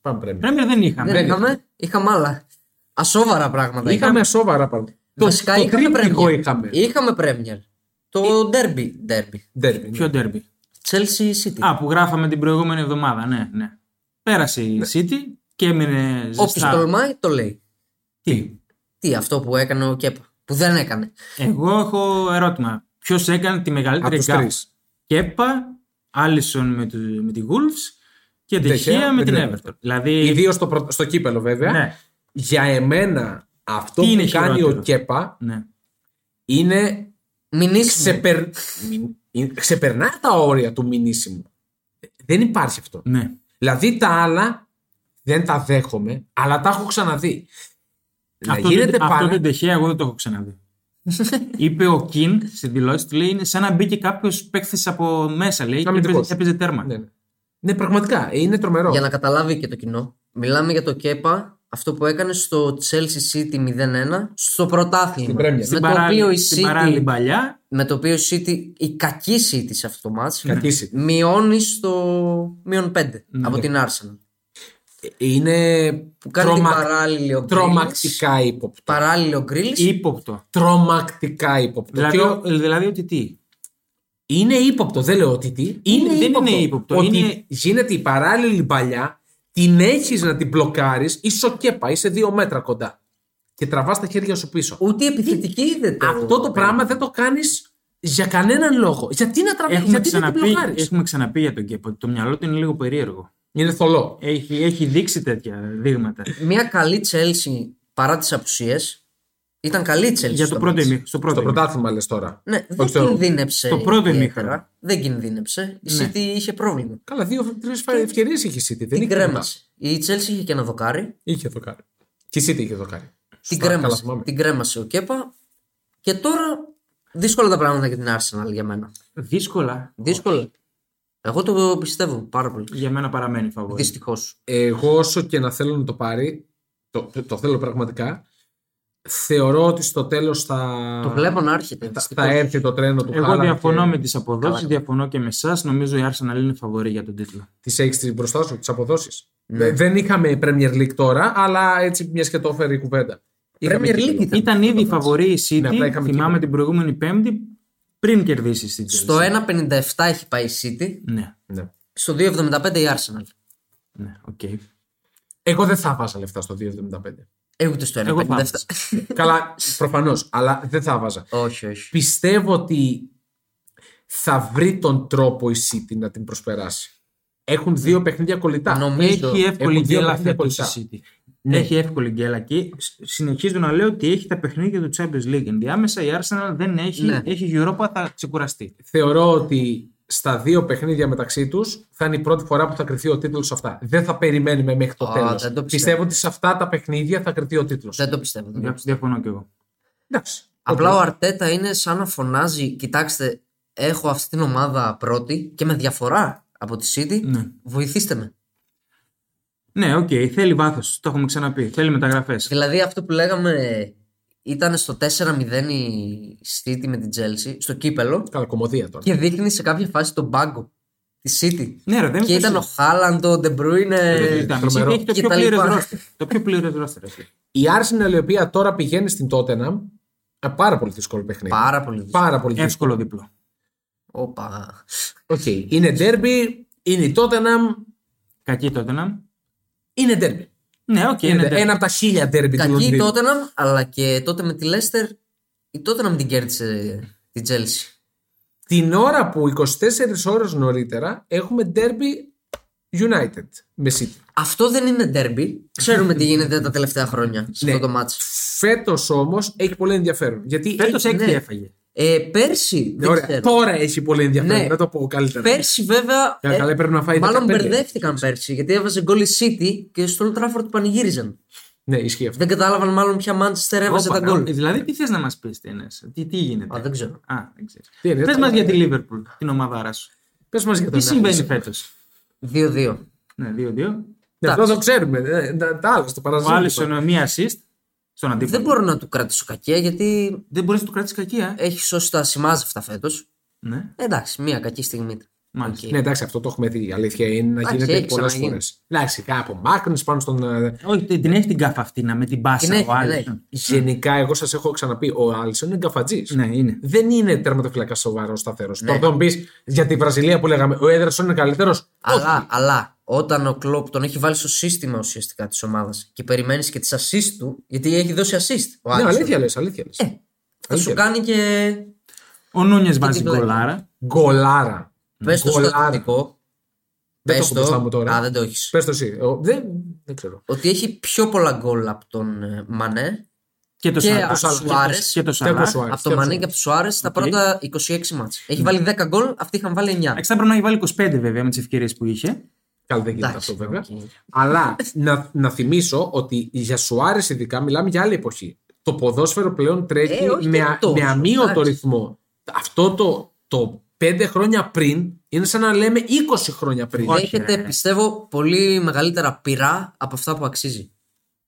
Speaker 2: Πάμε πρέπει.
Speaker 1: Πρέμιερ δεν είχαμε.
Speaker 3: Δεν είχαμε, είχαμε άλλα. Ασόβαρα πράγματα.
Speaker 2: Είχαμε σοβαρά πράγματα. Δηλαδή, Το,
Speaker 3: Βασικά
Speaker 2: το
Speaker 3: είχαμε
Speaker 2: τρίπτυχο
Speaker 3: Premier.
Speaker 2: είχαμε.
Speaker 1: Ε,
Speaker 2: Ε-
Speaker 3: Είχαμε Πρέμιερ. Το Derby. Derby.
Speaker 2: Derby, ναι.
Speaker 1: Ποιο ντέρμπι.
Speaker 3: Chelsea City.
Speaker 1: Α, που γράφαμε την προηγούμενη εβδομάδα, ναι, ναι. Πέρασε η City και έμεινε
Speaker 3: Όποιο
Speaker 1: ζεστά.
Speaker 3: τολμάει το λέει.
Speaker 1: Τι.
Speaker 3: Τι αυτό που έκανε ο Κέπα. Που δεν έκανε.
Speaker 1: Εγώ έχω ερώτημα. Ποιος έκανε τη
Speaker 2: Από
Speaker 1: μεγαλύτερη
Speaker 2: τους
Speaker 1: γκάφα.
Speaker 2: τρεις.
Speaker 1: Κέπα, Άλισον με, του, με τη Wolves και Τεχεία με την Everton. Δηλαδή,
Speaker 2: Ιδίως στο, πρω- στο κύπελο βέβαια.
Speaker 1: ναι,
Speaker 2: Για εμένα αυτό
Speaker 1: Τι
Speaker 2: που
Speaker 1: είναι
Speaker 2: κάνει ο
Speaker 1: χειρότερο?
Speaker 2: Κέπα
Speaker 1: ναι.
Speaker 2: είναι
Speaker 3: Μηνύσιμο.
Speaker 2: ξεπερ... μην- ε, ξεπερνά τα όρια του μηνύσιμου. Ε, Δεν υπάρχει αυτό.
Speaker 1: ναι.
Speaker 2: Δηλαδή τα άλλα δεν τα δέχομαι, αλλά τα έχω ξαναδεί.
Speaker 1: Αυτό,
Speaker 2: να γίνεται
Speaker 1: τον, αυτό
Speaker 2: παρά...
Speaker 1: τον Τεχεία εγώ δεν το έχω ξαναδεί. Είπε ο Κιν στη δηλώση του, λέει, είναι σαν να μπήκε κάποιος παίκτης από μέσα, λέει, και
Speaker 2: Αμυντικός.
Speaker 1: έπαιζε, έπαιζε τέρμα.
Speaker 2: Ναι, ναι. ναι, πραγματικά, είναι τρομερό.
Speaker 3: Για να καταλάβει και το κοινό. Μιλάμε για το Κέπα αυτό που έκανε στο Chelsea City 0-1 στο πρωτάθλημα.
Speaker 2: Premier.
Speaker 3: με,
Speaker 2: Στην
Speaker 3: το οποίο η
Speaker 1: Στην παράλληλη
Speaker 3: City,
Speaker 1: παλιά.
Speaker 3: με το οποίο η City, η κακή City σε αυτό το μάτς,
Speaker 2: Κακή City. Ναι.
Speaker 3: μειώνει στο μείον 5 από την Arsenal.
Speaker 2: Είναι
Speaker 3: Που κάνει
Speaker 2: τρομα-
Speaker 3: την παράλληλη ο Grealish.
Speaker 2: τρομακτικά ύποπτο.
Speaker 3: Παράλληλη ο Grealish.
Speaker 1: Ύποπτο.
Speaker 2: Τρομακτικά ύποπτο.
Speaker 1: Δηλαδή,
Speaker 2: Και ο-
Speaker 1: ο- δηλαδή ότι τι.
Speaker 2: Είναι ύποπτο, δεν λέω ότι τι. Είναι
Speaker 1: Δεν
Speaker 2: ύποπτο.
Speaker 1: είναι ύποπτο,
Speaker 2: Ότι
Speaker 1: είναι-
Speaker 2: γίνεται η παράλληλη παλιά, την έχεις να την μπλοκάρεις, είσαι κέπα, είσαι δύο μέτρα κοντά. Και τραβάς τα χέρια σου πίσω.
Speaker 3: Ούτε επιθετική είδε το.
Speaker 2: Αυτό το πράγμα δεν το κάνεις για κανέναν λόγο. Γιατί να τραβήξει,
Speaker 1: Έχουμε
Speaker 2: γιατί να την
Speaker 1: ξαναπεί,
Speaker 2: μπλοκάρεις.
Speaker 1: έχουμε ξαναπεί για τον Κέπο ότι το μυαλό του είναι λίγο περίεργο.
Speaker 2: Είναι θολό.
Speaker 1: Έχει, έχει δείξει τέτοια δείγματα.
Speaker 3: Μια καλή Chelsea παρά τις απουσίες. Ήταν καλή η Chelsea.
Speaker 1: για
Speaker 3: στο
Speaker 1: το πρώτο
Speaker 3: μάτς.
Speaker 1: ημί- στο πρώτο
Speaker 2: Στο
Speaker 1: ημί-
Speaker 2: πρωτάθλημα λες τώρα.
Speaker 3: Ναι, δεν
Speaker 2: Όχι στο-
Speaker 3: κινδύνεψε.
Speaker 1: στο πρώτο
Speaker 3: ιδιαίτερα.
Speaker 1: ημίχρονο.
Speaker 3: Δεν κινδύνεψε. Η City είχε πρόβλημα.
Speaker 2: Καλά, δύο-τρει ευκαιρίες είχε η City. Δεν
Speaker 3: Την
Speaker 2: είχε τίποτα.
Speaker 3: κρέμασε. Η Chelsea είχε και ένα δοκάρι.
Speaker 2: Είχε το κάνει. Και η City είχε το κάνει.
Speaker 3: Την
Speaker 2: Σωστά, καλά
Speaker 3: κρέμασε.
Speaker 2: θυμάμαι.
Speaker 3: Την κρέμασε ο Κέπα. Και τώρα δύσκολα τα πράγματα για την Arsenal για μένα.
Speaker 1: Δύσκολα.
Speaker 3: Δύσκολα. Εγώ το πιστεύω πάρα πολύ.
Speaker 1: Για μένα παραμένει φαβορή.
Speaker 3: Δυστυχώς.
Speaker 2: Εγώ όσο και να θέλω να το πάρει, το, το θέλω πραγματικά, θεωρώ ότι στο τέλος θα,
Speaker 3: Το βλέπω να έρχεται.
Speaker 2: θα,
Speaker 3: δυστυχώς.
Speaker 2: θα έρθει το τρένο του
Speaker 1: Εγώ
Speaker 2: Χάλαντ
Speaker 1: διαφωνώ
Speaker 2: και
Speaker 1: με τις αποδόσεις,
Speaker 3: Καλά.
Speaker 1: διαφωνώ και με εσάς. Νομίζω η Arsenal είναι φαβορή για τον τίτλο.
Speaker 2: Τις έχεις τις μπροστά σου, τις αποδόσεις.
Speaker 3: Ναι.
Speaker 2: Δε- Δεν είχαμε Premier League τώρα, αλλά έτσι μιας και το έφερε η κουβέντα. Είχαμε
Speaker 3: Premier
Speaker 2: κύπελλο.
Speaker 3: League ήταν.
Speaker 1: Ήταν ήδη φαβορή η City,
Speaker 2: Ναι, απλά είχαμε
Speaker 1: θυμάμαι
Speaker 2: κύπελλο.
Speaker 1: την προηγούμενη Πέμπτη, πριν κερδίσεις την Chelsea.
Speaker 3: Στο 1.57 έχει πάει η City.
Speaker 1: Ναι,
Speaker 2: Ναι.
Speaker 3: Στο 2.75 η Arsenal.
Speaker 1: ναι, οκ.
Speaker 2: Εγώ δεν θα βάζα λεφτά στο 2,75.
Speaker 3: Ε, ούτε στο
Speaker 1: Εγώ
Speaker 3: 1.57.
Speaker 2: Καλά, προφανώς, αλλά δεν θα βάζα.
Speaker 3: όχι, όχι.
Speaker 2: Πιστεύω ότι θα βρει τον τρόπο η City να την προσπεράσει. Έχουν δύο παιχνίδια κολλητά. Ε,
Speaker 3: Νομίζω.
Speaker 1: Έχει εύκολη
Speaker 2: έχουν δύο
Speaker 1: γκέλα
Speaker 2: παιχνίδια
Speaker 1: φέτος η City.
Speaker 3: Ναι.
Speaker 1: Έχει εύκολη γκέλα και σ- συνεχίζω να λέω ότι έχει τα παιχνίδια του Champions League. Ενδιάμεσα η Arsenal δεν έχει,
Speaker 3: Ναι.
Speaker 1: έχει Europa, θα ξεκουραστεί.
Speaker 2: θεωρώ ότι στα δύο παιχνίδια μεταξύ τους θα είναι η πρώτη φορά που θα κρυθεί ο τίτλος σε αυτά. Δεν θα περιμένουμε μέχρι το
Speaker 3: Α,
Speaker 2: τέλος.
Speaker 3: δεν το πιστεύω.
Speaker 2: ότι σε αυτά τα παιχνίδια θα κρυθεί ο τίτλος.
Speaker 3: Δεν το πιστεύω. δεν το
Speaker 1: Διαφ- Διαφωνώ κι εγώ.
Speaker 2: Εντάξει.
Speaker 3: Απλά ο Αρτέτα είναι σαν να φωνάζει, κοιτάξτε, έχω αυτή την ομάδα πρώτη και με διαφορά από τη City,
Speaker 1: Ναι.
Speaker 3: βοηθήστε με.
Speaker 1: Ναι, οκ, θέλει βάθος. Το έχουμε ξαναπεί. Θέλει μεταγραφές.
Speaker 3: Δηλαδή αυτό που λέγαμε ήταν στο 4-0 η City με την Chelsea, στο κύπελο
Speaker 2: Καλά, κομμωδία τώρα.
Speaker 3: και δείχνει σε κάποια φάση τον πάγκο της City.
Speaker 1: Ναι, ρε, δεν
Speaker 3: και
Speaker 1: μου
Speaker 3: ήταν ο
Speaker 1: φτάσει.
Speaker 3: Χάλαντ, ο De
Speaker 1: Δεν
Speaker 3: Bruyne,
Speaker 1: ήταν. Η City
Speaker 2: τρομερό.
Speaker 1: Έχει το
Speaker 3: Και
Speaker 1: πιο
Speaker 3: τα
Speaker 1: πλήρες
Speaker 3: λοιπά.
Speaker 1: ρόστερ. Το πιο πλήρες ρόστερ. έχει.
Speaker 2: Η Arsenal η οποία τώρα πηγαίνει στην Tottenham. Ένα πάρα πολύ δύσκολο παιχνίδι.
Speaker 3: πάρα πολύ δύσκολο.
Speaker 2: Πάρα πολύ δύσκολο.
Speaker 1: Εύκολο διπλό.
Speaker 3: Όπα.
Speaker 2: Οκ. Είναι derby, είναι η Tottenham,
Speaker 1: Κακή τότε να.
Speaker 2: είναι derby.
Speaker 1: Ναι, οκ,
Speaker 2: Είναι
Speaker 1: είναι
Speaker 2: ένα από τα χίλια derby του
Speaker 3: Κακή η
Speaker 2: Λονδίνου.
Speaker 3: Tottenham, αλλά και τότε με τη Leicester, η Tottenham την κέρδισε την Chelsea.
Speaker 2: Την ώρα που 24 ώρες νωρίτερα έχουμε derby United με City.
Speaker 3: Αυτό δεν είναι ντέρμπι. Ξέρουμε τι γίνεται τα τελευταία χρόνια σε
Speaker 2: Ναι.
Speaker 3: αυτό το μάτς.
Speaker 2: Φέτος όμως έχει πολύ ενδιαφέρον. Γιατί
Speaker 1: Φέτος
Speaker 2: έχει...
Speaker 1: έκτη
Speaker 3: ναι.
Speaker 1: έφαγε.
Speaker 3: Ε, πέρσι,
Speaker 2: Ναι,
Speaker 3: δεν
Speaker 2: ωραία.
Speaker 3: ξέρω.
Speaker 2: Τώρα έχει πολύ ενδιαφέρον.
Speaker 3: Ναι.
Speaker 2: Να το πω καλύτερα.
Speaker 3: Πέρσι βέβαια...
Speaker 2: Καλά,
Speaker 3: ε,
Speaker 2: καλά, έπρεπε να φάει
Speaker 3: μάλλον
Speaker 2: 15.
Speaker 3: μπερδεύτηκαν πέρσι, γιατί έβαζε γκολ η City και στο Old Trafford πανηγύριζαν.
Speaker 2: Ναι, ισχύει αυτό.
Speaker 3: Δεν κατάλαβαν μάλλον ποια Manchester έβαζε
Speaker 1: Όπα,
Speaker 3: τα γκολ.
Speaker 1: ε, Δηλαδή, τι θες να μας πεις, Τένε, τι, τι γίνεται.
Speaker 3: Α, δεν ξέρω.
Speaker 1: Α, δεν ξέρω.
Speaker 2: Τι είναι,
Speaker 1: Πε
Speaker 2: το-
Speaker 3: ε,
Speaker 1: μας για τη Λίβερπουλ, την ομαδάρα σου.
Speaker 2: Πες μας για τον
Speaker 1: Τι συμβαίνει
Speaker 2: Άλισον.
Speaker 1: φέτο.
Speaker 3: 2-2.
Speaker 1: Ναι, 2-2.
Speaker 2: Ναι, αυτό το ξέρουμε. Ε, τα- Τα άλλα στο
Speaker 1: Ο
Speaker 2: παραζήτημα.
Speaker 1: Άλισον μία assist στον
Speaker 3: Δεν
Speaker 1: αντίπαλο.
Speaker 3: μπορώ να του κρατήσω κακία, γιατί
Speaker 1: Δεν μπορείς να του κρατήσεις κακία. ε.
Speaker 3: έχει σώσει τα σημάζευτα φέτος.
Speaker 1: Ναι,
Speaker 3: Εντάξει, μία κακή στιγμή.
Speaker 1: μάλιστα.
Speaker 2: Ναι, εντάξει, αυτό το έχουμε δει. Η αλήθεια είναι να
Speaker 3: Εντάξει,
Speaker 2: γίνεται Ναι,
Speaker 3: έχει
Speaker 2: πολλές
Speaker 3: ξαναγίνει.
Speaker 2: φορές. Εντάξει, κάπου μάκρυνε πάνω στον. ε,
Speaker 1: Όχι, την την έχει την καφα αυτή να με την
Speaker 3: Την
Speaker 1: πάσα
Speaker 3: έχει,
Speaker 1: ο
Speaker 3: την
Speaker 1: Άλισον.
Speaker 2: Γενικά, εγώ σας έχω ξαναπεί, ο Άλισον είναι καφατζή.
Speaker 1: Ναι, είναι.
Speaker 2: Δεν είναι τερματοφυλακάς σοβαρός σταθερός.
Speaker 3: Ναι.
Speaker 2: Τώρα τον πει για τη Βραζιλία που λέγαμε, ο Έδρασον είναι Ναι, καλύτερος.
Speaker 3: Αλλά, αλλά όταν ο Κλοπ τον έχει βάλει στο σύστημα ουσιαστικά της ομάδας και περιμένεις και τις assist του, γιατί έχει δώσει assist.
Speaker 2: Ναι,
Speaker 3: Ο Άλισον.
Speaker 2: αλήθεια λες, αλήθεια λες.
Speaker 3: Ε, θα
Speaker 2: Αλήθεια.
Speaker 3: σου κάνει και.
Speaker 1: Ο Νούνιες βάζει
Speaker 3: πλάκα.
Speaker 1: γκολάρα.
Speaker 2: Γκολάρα.
Speaker 3: Πες το
Speaker 2: Γκολάρα.
Speaker 3: στατιστικό.
Speaker 2: Δεν το
Speaker 3: Πες
Speaker 2: έχω μπροστά μου τώρα.
Speaker 3: Α, δεν το έχεις.
Speaker 2: Πες το εσύ. Εγώ- δεν, δεν ξέρω.
Speaker 3: Ότι έχει πιο πολλά γκολ από τον ε, Μανέ.
Speaker 1: Και το
Speaker 3: Και
Speaker 1: Σαλάχ.
Speaker 3: ο Σουάρες.
Speaker 1: Και το
Speaker 2: Και από
Speaker 1: Σαλάχ.
Speaker 2: Σουάρες.
Speaker 3: Από τον Μανέ και από τους Σουάρες στα πρώτα 26 μάτς. Έχει βάλει 10 γκολ, αυτοί είχαν βάλει 9.
Speaker 1: Εντάξει, θα πρέπει να έχει βάλει 25 βέβαια με τις ευκαιρίες που είχε.
Speaker 2: Καλά, δεν γίνεται
Speaker 3: Εντάξει,
Speaker 2: αυτό βέβαια.
Speaker 3: οκ.
Speaker 2: Αλλά να, να θυμίσω ότι για Σουάρες ειδικά μιλάμε για άλλη εποχή. Το ποδόσφαιρο πλέον τρέχει
Speaker 3: Ε, όχι
Speaker 2: με,
Speaker 3: και
Speaker 2: α-
Speaker 3: τόσο,
Speaker 2: με αμύωτο
Speaker 3: εντάξει.
Speaker 2: ρυθμό. Αυτό το, το πέντε χρόνια πριν είναι σαν να λέμε 20 χρόνια πριν.
Speaker 1: Όχι,
Speaker 3: Έχετε,
Speaker 1: ρε.
Speaker 3: πιστεύω, πολύ μεγαλύτερα πειρά από αυτά που αξίζει.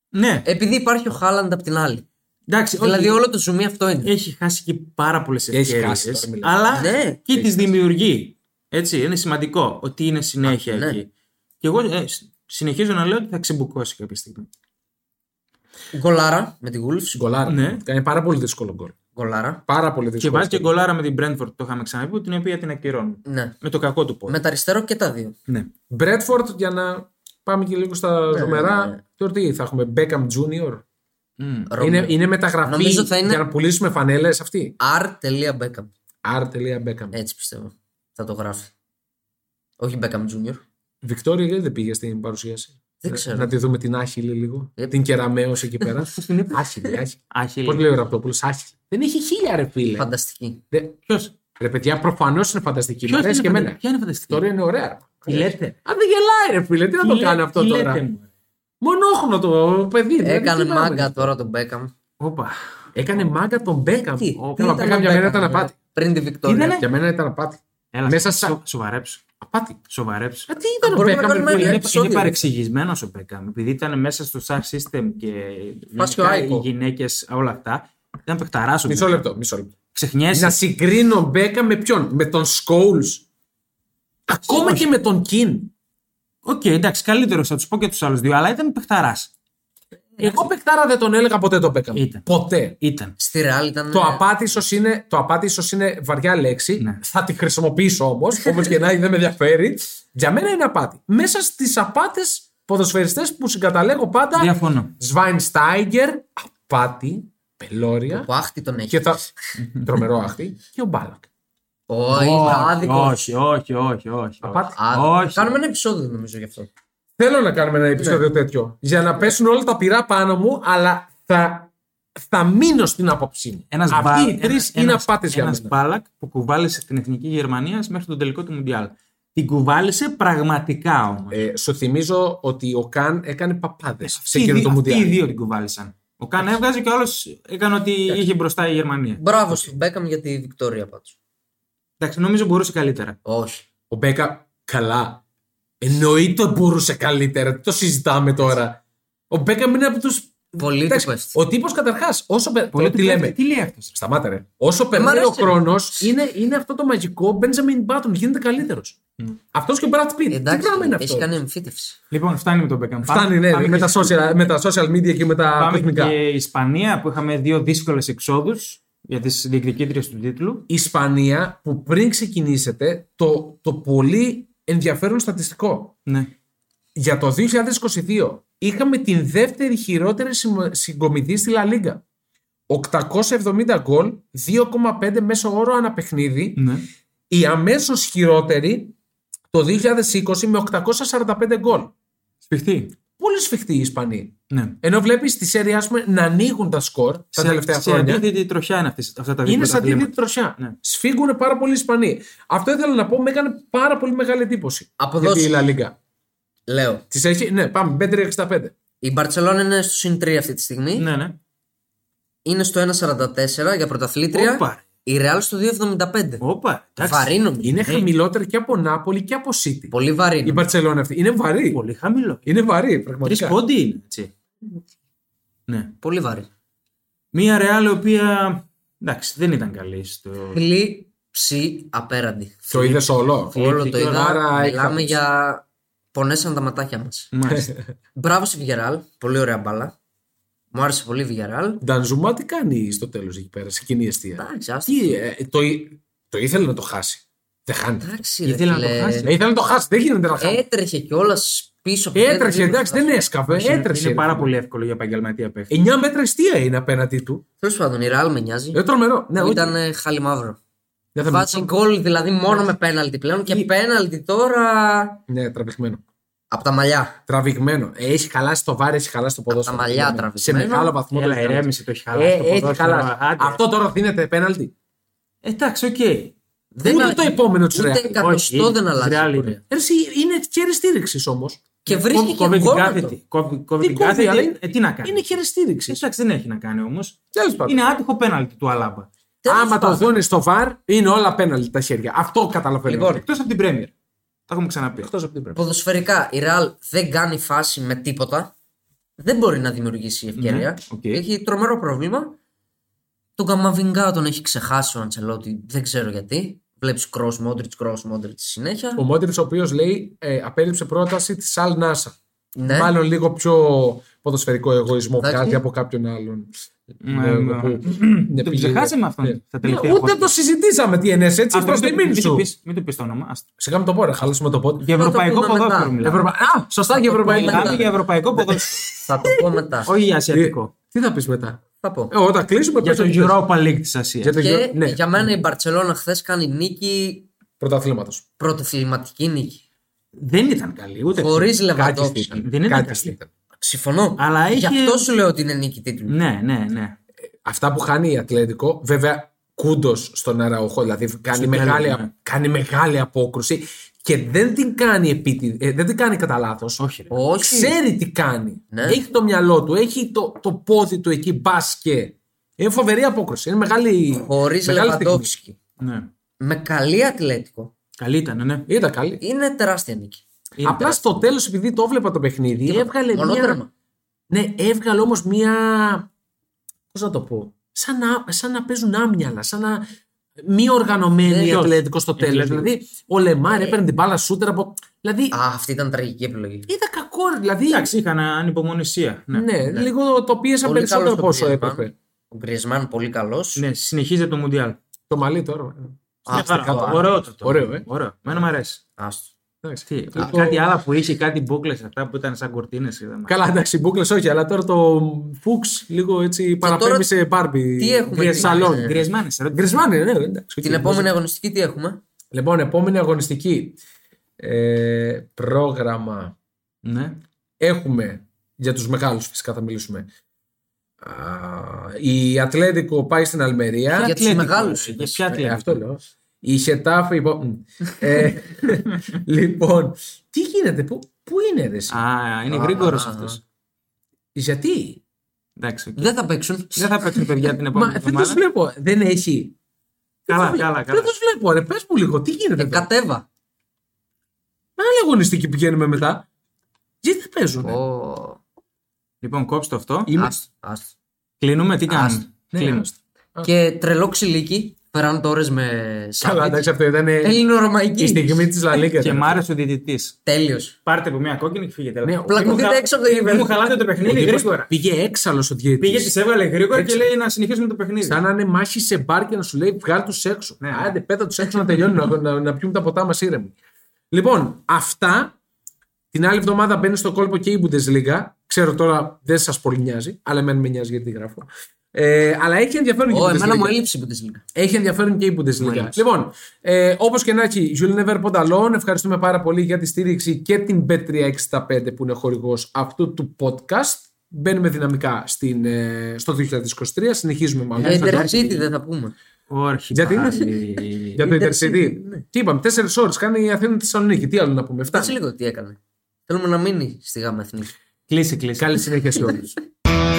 Speaker 1: Ναι,
Speaker 3: Επειδή υπάρχει ο Χάλαντ απ' την άλλη.
Speaker 1: εντάξει. όχι,
Speaker 3: Δηλαδή όλο το ζουμί αυτό είναι.
Speaker 1: Έχει χάσει και πάρα πολλές
Speaker 2: χάσει,
Speaker 1: ευκαιρίες.
Speaker 2: τώρα μιλάμε.
Speaker 1: Αλλά
Speaker 3: Ναι.
Speaker 1: και τι δημιουργεί. Έτσι, είναι σημαντικό ότι είναι συνέχεια
Speaker 3: Α, ναι.
Speaker 1: εκεί. Και εγώ ε, σ- συνεχίζω να λέω ότι θα ξεμπουκώσει κάποια στιγμή.
Speaker 3: Γκολάρα με τη Wolves.
Speaker 2: Γκολάρα.
Speaker 1: Ναι.
Speaker 2: Είναι πάρα πολύ δύσκολο γκολ.
Speaker 3: Γκολάρα.
Speaker 2: Πάρα πολύ δύσκολο.
Speaker 1: Και βάζει και
Speaker 2: γκολ.
Speaker 1: γκολάρα με την Brentford, το είχαμε ξαναπεί, την οποία την ακυρώνουν.
Speaker 3: Ναι.
Speaker 1: Με το κακό του πόδι.
Speaker 3: Με τα αριστερό και τα δύο.
Speaker 1: Ναι.
Speaker 2: Μπρέτφορντ για να πάμε και λίγο στα ζωμερά.
Speaker 3: ναι, ναι.
Speaker 2: Τώρα τι θα έχουμε, Beckham Junior.
Speaker 1: Μμμ.
Speaker 3: Ρώμη.
Speaker 2: Είναι, είναι μεταγραφή
Speaker 3: Νομίζω θα είναι-
Speaker 2: για να πουλήσουμε φανέλες αυτή.
Speaker 3: R.Beckham.
Speaker 2: R.Beckham.
Speaker 3: Έτσι πιστεύω. Θα το γράφει. Όχι Beckham Jr.
Speaker 2: Ναι. Βικτόρια γιατί δεν πήγε στην παρουσίαση.
Speaker 3: Δεν
Speaker 2: Να-
Speaker 3: ξέρω.
Speaker 2: Να τη δούμε την Άχιλη λίγο.
Speaker 3: Ε.
Speaker 2: Την Κεραμαίο εκεί πέρα. Άχιλη, Άχιλη.
Speaker 1: Άχιλη.
Speaker 2: Πώς λέει ο Ραπτόπουλος, Άχιλη. Δεν έχει χίλια ρε φίλε.
Speaker 3: Φανταστική.
Speaker 2: Δε-
Speaker 1: Ποιος?
Speaker 2: Ρε παιδιά, προφανώς είναι φανταστική. Μ'
Speaker 1: Ποιος
Speaker 2: αρέσει
Speaker 1: είναι
Speaker 2: και
Speaker 1: φαντα-
Speaker 2: εμένα.
Speaker 1: Ποια είναι φανταστική.
Speaker 2: Τώρα είναι ωραία.
Speaker 1: Τι λέτε.
Speaker 2: Αν δεν γελάει, ρε φίλε, τι να το
Speaker 1: Τι λέ-
Speaker 2: κάνει αυτό
Speaker 1: τι
Speaker 2: τώρα.
Speaker 1: λέτε μου.
Speaker 2: Μονόχνο το παιδί. δηλαδή,
Speaker 3: Έκανε
Speaker 2: τι να
Speaker 3: μάγκα
Speaker 2: είναι.
Speaker 3: τώρα τον Beckham.
Speaker 1: Όπα.
Speaker 2: Έκανε μάγκα τον Μπέκαμ.
Speaker 3: Τι,
Speaker 2: Ο
Speaker 3: τι ήταν
Speaker 2: Μπέκαμ
Speaker 3: ο
Speaker 2: για μένα
Speaker 3: Beckham,
Speaker 2: ήταν
Speaker 3: ε?
Speaker 2: απάτη.
Speaker 3: Πριν τη Βικτόρια.
Speaker 1: Ήτανε-
Speaker 2: Για μένα ήταν απάτη.
Speaker 1: Έλα,
Speaker 2: Μέσα
Speaker 1: Μέσα
Speaker 2: στα-
Speaker 1: σοβαρέψου.
Speaker 2: Απάτη.
Speaker 1: Σοβαρέψου.
Speaker 2: Α, Τι ήταν ο
Speaker 3: Μπορούμε να
Speaker 2: Μπέκαμ,
Speaker 3: κάνουμε
Speaker 2: ρε
Speaker 3: ένα
Speaker 2: φίλε.
Speaker 1: Είναι,
Speaker 3: επεισόδιο.
Speaker 1: είναι παρεξηγισμένος ο Μπέκαμ. Επειδή ήταν μέσα στο star system και γενικά
Speaker 3: άϊκο.
Speaker 1: οι γυναίκες, όλα αυτά. Ήταν παιχταράς ο
Speaker 2: Μισό
Speaker 1: Μπέκαμ.
Speaker 2: λεπτό, μισό λεπτό.
Speaker 1: Ξεχνιέσαι.
Speaker 2: Να συγκρίνω Μπέκα με ποιον, με τον Σκόουλ. Ακόμα και με τον Κιν.
Speaker 1: Οκ, εντάξει, καλύτερος, θα τους πω και τους άλλους δύο, αλλά ήταν παιχταράς.
Speaker 2: Εγώ παικτάρα δεν τον έλεγα ποτέ τον Μπέκα.
Speaker 1: Ήταν.
Speaker 2: Ποτέ.
Speaker 1: Ήταν.
Speaker 3: Στη Ρεάλ ήταν.
Speaker 2: Το απάτη ίσως είναι, το απάτη ίσως είναι βαριά λέξη.
Speaker 1: Ναι.
Speaker 2: Θα τη χρησιμοποιήσω όμως. Όπω και να έχει, δεν με ενδιαφέρει. Για μένα είναι απάτη. Μέσα στις απάτες ποδοσφαιριστές που συγκαταλέγω πάντα.
Speaker 1: Διαφωνώ.
Speaker 2: Σβάινστάιγκερ, απάτη, πελώρια.
Speaker 3: Που άχτη τον έχεις.
Speaker 2: Και θα. τρομερό άχτη. Και ο Μπάλακ.
Speaker 3: Όχι, είναι άδικο.
Speaker 1: όχι, όχι, όχι, όχι.
Speaker 2: Απάτη.
Speaker 3: Άδικο.
Speaker 1: Όχι.
Speaker 3: Κάνουμε ένα επεισόδιο νομίζω γι' αυτό.
Speaker 2: Θέλω να κάνουμε ένα
Speaker 1: Ναι.
Speaker 2: επεισόδιο τέτοιο. Για να πέσουν όλα τα πυρά πάνω μου, αλλά θα, θα μείνω στην άποψή μου.
Speaker 1: Ένας
Speaker 2: Αυτοί
Speaker 1: μπα-
Speaker 2: οι τρεις
Speaker 1: ένας-
Speaker 2: είναι
Speaker 1: ένας-
Speaker 2: απάτες για
Speaker 1: ένας
Speaker 2: μένα.
Speaker 1: μπάλακ που κουβάλεσε την εθνική Γερμανίας μέχρι τον τελικό του Μουντιάλ. Την κουβάλεσε πραγματικά όμως.
Speaker 2: Ε, σου θυμίζω ότι ο Καν έκανε παπάδες σε
Speaker 1: Αυτοί οι
Speaker 2: εκείνο
Speaker 1: δύ-
Speaker 2: το
Speaker 1: Αυτοί οι
Speaker 2: Μουντιάλ.
Speaker 1: δύο την κουβάλισαν. Ο Καν έβγαζε και ο άλλο έκανε ότι είχε μπροστά η Γερμανία.
Speaker 3: Μπράβο στον Μπέκαμ για τη Βικτόρια πάντως.
Speaker 1: Εντάξει, νομίζω μπορούσε καλύτερα.
Speaker 3: Όχι.
Speaker 2: Ο Μπέκα, καλά. Εννοείται μπορούσε καλύτερα. Τι το συζητάμε τώρα. Ο Μπέκα είναι από τους.
Speaker 3: Πολύ του
Speaker 2: Ο τύπος καταρχάς, όσο. πε-
Speaker 1: Πολύ
Speaker 2: το- Τι
Speaker 1: του
Speaker 2: λέμε.
Speaker 1: πέφτει. Τι λέει αυτός.
Speaker 2: Σταμάτα, ρε. Όσο περνάει ο
Speaker 3: αρέσει.
Speaker 2: χρόνος, είναι, είναι αυτό το μαγικό Benjamin Button. Γίνεται καλύτερος. Αυτός και ο Brad Pitt. Τι
Speaker 3: Εντάξει,
Speaker 2: πράγμα είναι αυτό.
Speaker 3: έχει κάνει εμφύτευση.
Speaker 1: Λοιπόν, φτάνει με τον Μπέκαμ.
Speaker 2: Φτάνει, ναι, με,
Speaker 1: και,
Speaker 2: τα social, με τα social media και με τα
Speaker 1: πάμε
Speaker 2: κοσμικά.
Speaker 1: και Ισπανία που είχαμε δύο δύσκολες εξόδους για τις διεκδικήτριες του τίτλου.
Speaker 2: Η Ισπανία που πριν ξεκινήσετε το, το πολύ ενδιαφέρον στατιστικό.
Speaker 1: Ναι.
Speaker 2: Για το 2022 είχαμε την δεύτερη χειρότερη συμ- συγκομιδή στη Λα Λίγκα. 870 γκολ, 2,5 μέσο όρο ανά παιχνίδι.
Speaker 1: ναι.
Speaker 2: Η αμέσως χειρότερη το 2020 με 845 γκολ.
Speaker 1: Σφιχτή.
Speaker 2: Πολύ σφιχτή η Ισπανία.
Speaker 1: Ναι.
Speaker 2: Ενώ βλέπεις τη σέρια ας πούμε, να ανοίγουν τα σκορ τα τελευταία χρόνια.
Speaker 1: Σε αντίθετη τροχιά είναι αυτές, αυτά τα δύο.
Speaker 2: Είναι σαν τη
Speaker 1: πρωταθλήματα.
Speaker 2: δίτη τροσιά.
Speaker 1: Ναι.
Speaker 2: Σφίγγουν πάρα πολύ οι Ισπανοί. Αυτό ήθελα να πω, με έκανε πάρα πολύ μεγάλη εντύπωση.
Speaker 3: Αποδόσεις.
Speaker 2: Για τη La Liga.
Speaker 3: Λέω.
Speaker 2: Της έχει, ναι, πάμε, Μπέτρι 65.
Speaker 3: Η Μπαρσελόνα είναι στο συν 3 αυτή τη στιγμή.
Speaker 1: Ναι, ναι.
Speaker 3: Είναι στο 1,44 για πρωταθλήτρια.
Speaker 1: Όπα.
Speaker 3: Η Ρεάλ στο 2,75.
Speaker 1: Όπα. εντάξει.
Speaker 3: Βαρύνομαι.
Speaker 1: Ναι.
Speaker 2: Είναι χαμηλότερη και από Νάπολη και από City.
Speaker 3: Πολύ
Speaker 2: Η
Speaker 3: βαρύνομαι.
Speaker 2: Μπαρσελόνα αυτή. Είναι βαρύ.
Speaker 1: Πολύ χαμηλό.
Speaker 2: Είναι βαρύ,
Speaker 1: Τρει
Speaker 2: πραγματικά.
Speaker 1: πόντι είναι. Έτσι. Ναι.
Speaker 3: Πολύ βαρύ.
Speaker 1: Μία ρεάλ η οποία. Εντάξει, δεν ήταν καλή στο.
Speaker 3: Θλίψη απέραντη.
Speaker 2: Το είδες όλο.
Speaker 3: Όλο το
Speaker 1: και
Speaker 3: είδα.
Speaker 2: άρα
Speaker 3: Μιλάμε
Speaker 2: είχαμε.
Speaker 3: για. Πονέσαν τα ματάκια μας.
Speaker 2: Ναι.
Speaker 1: Μάλιστα.
Speaker 3: Μπράβο στη Βιγεράλ. Πολύ ωραία μπάλα. Μου άρεσε πολύ η Βιγεράλ.
Speaker 2: Ντανζουμά τι κάνει στο τέλος εκεί πέρα, σε κοινή αιστεία.
Speaker 3: Εντάξει, άστο.
Speaker 2: Τι, ε, το, ή- το ήθελε να το χάσει. Δεν χάνει.
Speaker 3: Εντάξει, ρε,
Speaker 1: Ήθελα να το
Speaker 3: φίλε.
Speaker 1: χάσει.
Speaker 2: Ε, Ήθελε να το χάσει, δεν γίνεται να χάσει.
Speaker 3: Έτρεχε κιόλας πίσω από
Speaker 2: Έτρεχε, εντάξει, δεν έσκαβε. Έτρεχε.
Speaker 1: Είναι
Speaker 2: ρε
Speaker 1: πάρα
Speaker 2: φίλε.
Speaker 1: πολύ εύκολο για επαγγελματία παίχτη.
Speaker 2: 9 μέτρα αιστεία είναι απέναντί του.
Speaker 3: Τέλος πάντων, η Ρεάλ με νοιάζει.
Speaker 2: Ε, τρομερό. Ναι,
Speaker 3: Που
Speaker 2: όχι.
Speaker 3: ήταν ε, χάλι μαύρο.
Speaker 2: Δεν θα
Speaker 3: Βάζει γκολ δηλαδή
Speaker 2: Ναι.
Speaker 3: μόνο με πέναλτι πλέον και πέναλτι τώρα.
Speaker 2: μιλήσω. Ναι, τραβηγμένο.
Speaker 3: Από τα μαλλιά.
Speaker 2: Τραβηγμένο. Ε, Έχει χαλάσει το βάρη, έχει χαλάσει το ποδόσφαιρο.
Speaker 3: τα μαλλιά
Speaker 2: Ναι, ναι.
Speaker 3: τραβηγμένο.
Speaker 2: Σε μεγάλο βαθμό
Speaker 1: Έλα,
Speaker 2: έχει χαλάσει.
Speaker 1: ηρέμησε το έχει χαλάσει.
Speaker 2: Ε,
Speaker 1: το
Speaker 2: έχει
Speaker 1: ποδόσφαιρο,
Speaker 2: χαλάσει.
Speaker 1: άντε.
Speaker 2: Αυτό τώρα δίνεται πέναλτι.
Speaker 1: Εντάξει, οκ.
Speaker 3: Δεν
Speaker 2: Ούτε
Speaker 3: αλλάζει.
Speaker 2: το επόμενο της
Speaker 3: Ούτε
Speaker 2: Ρεάλ.
Speaker 3: εκατοστό
Speaker 1: είναι
Speaker 3: δεν
Speaker 1: της
Speaker 3: αλλάζει.
Speaker 1: Real
Speaker 3: πολύ.
Speaker 1: είναι.
Speaker 2: Είναι χέρι στήριξης όμως.
Speaker 3: Και Ε, βρίσκει και
Speaker 1: Κόβει την
Speaker 3: γόνατο.
Speaker 1: κάθετη. Κόβει κόβει
Speaker 2: Τι
Speaker 1: την
Speaker 2: κόβει,
Speaker 1: κάθετη.
Speaker 2: αλλά
Speaker 1: ε, Τι να κάνει.
Speaker 2: Είναι χέρι στήριξης.
Speaker 1: Εντάξει, δεν έχει να κάνει όμως.
Speaker 2: Τέλος πάντων.
Speaker 1: Είναι άτυχο πέναλτι του Αλάμπα.
Speaker 3: Τέλος
Speaker 2: Άμα το
Speaker 3: πάντων.
Speaker 2: δώνει στο βαρ, είναι όλα πέναλτι τα χέρια. Αυτό καταλαβαίνω.
Speaker 3: Λοιπόν,
Speaker 1: Εκτός από την Πρέμιερ. Τα έχουμε ξαναπεί.
Speaker 2: εκτός από την πρέπει.
Speaker 3: Ποδοσφαιρικά η Ρεάλ δεν κάνει φάση με τίποτα. δεν μπορεί να δημιουργήσει ευκαιρία.
Speaker 1: Ναι, οκ.
Speaker 3: Έχει τρομερό πρόβλημα. Τον Καμαβινγκά τον έχει ξεχάσει ο Αντσελότη, δεν ξέρω γιατί. Βλέπεις cross Modric, cross Modric στη συνέχεια.
Speaker 2: Ο Μόντριτ, ο οποίος λέει, ε, απέριψε πρόταση της Αλ Νάσα.
Speaker 3: Ναι.
Speaker 2: Μάλλον λίγο πιο ποδοσφαιρικό εγωισμό
Speaker 3: Εντάξει.
Speaker 2: βγάζει από κάποιον άλλον.
Speaker 1: Ναι,
Speaker 2: Ναι,
Speaker 1: ναι.
Speaker 2: που- ναι,
Speaker 1: Τον
Speaker 2: πήγε-
Speaker 1: ξεχάσαμε
Speaker 2: Ναι.
Speaker 1: αυτόν τα
Speaker 2: Ναι,
Speaker 1: τελευταία
Speaker 2: Ούτε το συζητήσαμε τι ενέσαι έτσι προ τη μήνυ σου.
Speaker 1: Μην του πεις το όνομα. άστα.
Speaker 2: Σιγά με το πόρα, χαλάσουμε το πόδι.
Speaker 1: Για
Speaker 3: Θα το
Speaker 1: ευρωπαϊκό
Speaker 3: πούμε
Speaker 1: ποδόσφαιρο
Speaker 3: μετά.
Speaker 1: μιλάμε.
Speaker 2: Ευρωπα- Α, σωστά για ευρωπαϊκό.
Speaker 3: Μετά.
Speaker 1: Μιλάμε για ευρωπαϊκό ποδόσφαιρο.
Speaker 3: Θα το πω μετά.
Speaker 1: Όχι για ασιατικό.
Speaker 2: Τι θα πεις μετά.
Speaker 3: θα πω.
Speaker 2: Ε, Όταν κλείσουμε,
Speaker 1: Για
Speaker 2: πες
Speaker 1: το
Speaker 2: ότι θες.
Speaker 1: Europa League τη
Speaker 2: Για
Speaker 1: Ασία.
Speaker 2: το
Speaker 3: Και
Speaker 2: Euro- Ναι,
Speaker 3: για μένα η Μπαρσελόνα χθες κάνει νίκη,
Speaker 2: πρωταθλήματος.
Speaker 3: πρωτοθληματική νίκη.
Speaker 1: Δεν ήταν καλή ούτε.
Speaker 3: Χωρίς
Speaker 2: Κάτι
Speaker 3: Λεβαντόφσκι.
Speaker 2: στην.
Speaker 1: Δεν ήταν
Speaker 2: Κάτι
Speaker 1: κακή.
Speaker 2: στην ήταν.
Speaker 3: Συμφωνώ.
Speaker 1: Αλλά
Speaker 3: Γι'
Speaker 1: είχε-
Speaker 3: αυτό σου λέω ότι είναι νίκη τίτλου.
Speaker 1: Ναι, ναι, ναι.
Speaker 2: Αυτά που χάνει η Ατλέτικο, βέβαια κούντος στον Αραοχώ, δηλαδή κάνει
Speaker 1: τέλος,
Speaker 2: μεγάλη,
Speaker 1: ναι.
Speaker 2: κάνει μεγάλη απόκρουση και δεν την κάνει, επίτη, ε, δεν την κάνει κατά λάθος.
Speaker 1: Όχι. ρε.
Speaker 3: Όχι.
Speaker 2: Ξέρει τι κάνει.
Speaker 3: Ναι.
Speaker 2: Έχει το μυαλό του, έχει το, το πόδι του εκεί, μπας και. Είναι φοβερή απόκρουση. Είναι μεγάλη.
Speaker 3: Χωρίς
Speaker 2: μεγάλη στιγμή.
Speaker 3: Λεβαντόφσκι.
Speaker 1: Ναι.
Speaker 3: Με καλή Ατλέτικο.
Speaker 1: Καλή ήταν, ναι.
Speaker 2: Ήταν καλή.
Speaker 3: Είναι τεράστια νίκη.
Speaker 1: Είναι
Speaker 2: Απλά στο τέλος, επειδή το έβλεπα το παιχνίδι, έβγαλε μια.
Speaker 3: Μονότερμα.
Speaker 2: Ναι, έβγαλε όμως μια. Πώς να το πω. Σαν να, σαν να παίζουν άμυαλα, σαν να. Μη
Speaker 3: Ε,
Speaker 2: οργανωμένη η
Speaker 1: Τελείως.
Speaker 2: Ατλέτικος στο τέλος.
Speaker 1: Ατλέτικος.
Speaker 2: Δηλαδή, ο Λεμάρ έπαιρνε την μπάλα σούτερ από. Δηλαδή,
Speaker 3: Α, αυτή ήταν τραγική επιλογή.
Speaker 2: ήταν κακό. ρε, Δηλαδή,
Speaker 1: Εντάξει, είχαν ανυπομονησία. Ναι.
Speaker 2: ναι, λίγο το πίεσαν
Speaker 3: Πολύ
Speaker 2: περισσότερο
Speaker 3: καλός
Speaker 2: από
Speaker 3: ο
Speaker 2: όσο
Speaker 3: Γκριζμάν.
Speaker 2: έπρεπε.
Speaker 3: Ο Γκριζμάν πολύ καλός.
Speaker 1: Ναι, συνεχίζεται το Μουντιάλ.
Speaker 2: Το μαλλί τώρα. ε,
Speaker 1: Μια χαρά.
Speaker 2: καλά.
Speaker 1: Ωραίο το.
Speaker 2: Ωραίο, ε.
Speaker 1: Ωραίο. Μένα μου αρέσει.
Speaker 2: Εντάξει.
Speaker 1: Τι,
Speaker 2: Το-
Speaker 1: κάτι άλλο που είχε, κάτι μπόκλε αυτά που ήταν σαν κορτίνε.
Speaker 2: Καλά, εντάξει, οι μπούκλες όχι, αλλά τώρα το Φούξ λίγο έτσι παραπέμπει
Speaker 3: τώρα
Speaker 2: σε Μπάρμπι.
Speaker 3: τι έχουμε,
Speaker 2: Γκριε-
Speaker 3: τι-
Speaker 2: Σαλόν.
Speaker 3: ε,
Speaker 2: Γκριε-
Speaker 1: Γκρισμάνε.
Speaker 2: Γκρισμάν, ναι, ναι, εντάξει.
Speaker 3: Την
Speaker 2: οκ.
Speaker 3: επόμενη αγωνιστική τι έχουμε.
Speaker 2: Λοιπόν, επόμενη αγωνιστική. Ε, πρόγραμμα.
Speaker 1: Ναι.
Speaker 2: Έχουμε για τους μεγάλους φυσικά θα μιλήσουμε. Α, η Ατλέτικο πάει στην Αλμερία.
Speaker 3: Για τους
Speaker 1: Ατλέτικο,
Speaker 3: μεγάλους
Speaker 1: ε, Για
Speaker 3: είπες.
Speaker 1: ποια
Speaker 2: Ε,
Speaker 1: Ατλέτικο.
Speaker 2: αυτό λέω. Η Χετάφη. υπο- Μ. ε, λοιπόν, τι γίνεται, πού, πού είναι ρε, εσύ?
Speaker 1: Α, είναι
Speaker 3: Α,
Speaker 1: γρήγορος
Speaker 3: α,
Speaker 1: αυτός.
Speaker 2: γιατί.
Speaker 1: Εντάξει. οκ.
Speaker 3: Δεν θα παίξουν.
Speaker 1: Δεν θα παίξουν παιδιά την
Speaker 2: Μα
Speaker 1: επόμενη
Speaker 2: δεν τους
Speaker 1: εβδομάδα.
Speaker 2: βλέπω. Δεν έχει.
Speaker 1: Καλά,
Speaker 2: Δεν-
Speaker 1: καλά, καλά.
Speaker 2: Δεν τους βλέπω, ρε. Πες μου λίγο, τι γίνεται.
Speaker 3: Ε,
Speaker 2: εδώ.
Speaker 3: κατέβα.
Speaker 2: Με άλλη αγωνιστική πηγαίνουμε μετά. Γιατί δεν παίζουν.
Speaker 3: Ω,
Speaker 1: Λοιπόν, κόψτε αυτό.
Speaker 2: Είμαι-
Speaker 3: άστο, άστο.
Speaker 1: Κλείνουμε, τι κάνουμε.
Speaker 3: Άστο.
Speaker 2: Ναι,
Speaker 1: Κλείνουμε.
Speaker 2: άστο.
Speaker 3: Και τρελό ξυλίκι. Περάν τώρα με
Speaker 2: Καλά, εντάξει,
Speaker 3: Σάββιτ.
Speaker 2: αυτό ήταν ε, η
Speaker 3: Έλληνο-ρωμαϊκή.
Speaker 2: στιγμή της Λαλίκα.
Speaker 1: Και μ' άρεσε ο διαιτητής.
Speaker 3: Τέλειος.
Speaker 1: Πάρτε από μια κόκκινη και φύγετε.
Speaker 2: Ναι,
Speaker 1: Μην μου
Speaker 3: πλακωθείτε
Speaker 1: χα-
Speaker 3: έξω από το
Speaker 1: μην
Speaker 3: γήπεδο.
Speaker 1: Μου χαλάτε το παιχνίδι γρήγορα.
Speaker 2: Ε, λοιπόν, Πήγε έξαλλος ο διαιτητής.
Speaker 1: Πήγε, της έβγαλε γρήγορα και
Speaker 2: Έξω.
Speaker 1: λέει να συνεχίσουμε το παιχνίδι.
Speaker 2: Σαν να είναι μάχη σε μπαρ και να σου λέει βγάλ τους έξω.
Speaker 1: Ναι.
Speaker 2: Άντε, πέτα τους έξω να τελειώνει, να, να, να πιούμε τα ποτά μας ήρεμοι. Λοιπόν, αυτά. Την άλλη εβδομάδα μπαίνει στο κόλπο και η Bundesliga. Ξέρω τώρα δεν σας πολύ νοιάζει, αλλά εμένα με νοιάζει γιατί τη γράφω. Ε, αλλά έχει ενδιαφέρον και η
Speaker 3: Ω, εμένα
Speaker 2: Bundesliga.
Speaker 3: μου έλειψε η Bundesliga.
Speaker 2: Έχει ενδιαφέρον και η Bundesliga. Λοιπόν, ε, όπως και να έχει, Julian Ever Pondalon, ευχαριστούμε πάρα πολύ για τη στήριξη και την Bet365 που είναι χορηγός αυτού του podcast. Μπαίνουμε δυναμικά στην, ε, στο 2023, συνεχίζουμε μάλλον.
Speaker 3: Για
Speaker 2: στον τρόπο.
Speaker 3: Intercity Ε, δεν θα πούμε.
Speaker 1: Όχι.
Speaker 2: Γιατί είναι-
Speaker 1: πάλι.
Speaker 2: Για το
Speaker 3: Intercity,
Speaker 2: Intercity.
Speaker 3: ναι.
Speaker 2: Τι είπαμε, 4 ώρες κάνει η Αθήνα Θεσσαλονίκη. Τι άλλο να πούμε,
Speaker 3: Κάτσε
Speaker 2: φτάνει.
Speaker 3: λίγο τι έκανε. Θέλουμε να μείνει στη γάμα εθνική.
Speaker 1: Κλείσει, κλείσει.
Speaker 2: Καλή συνέχεια σε όλους.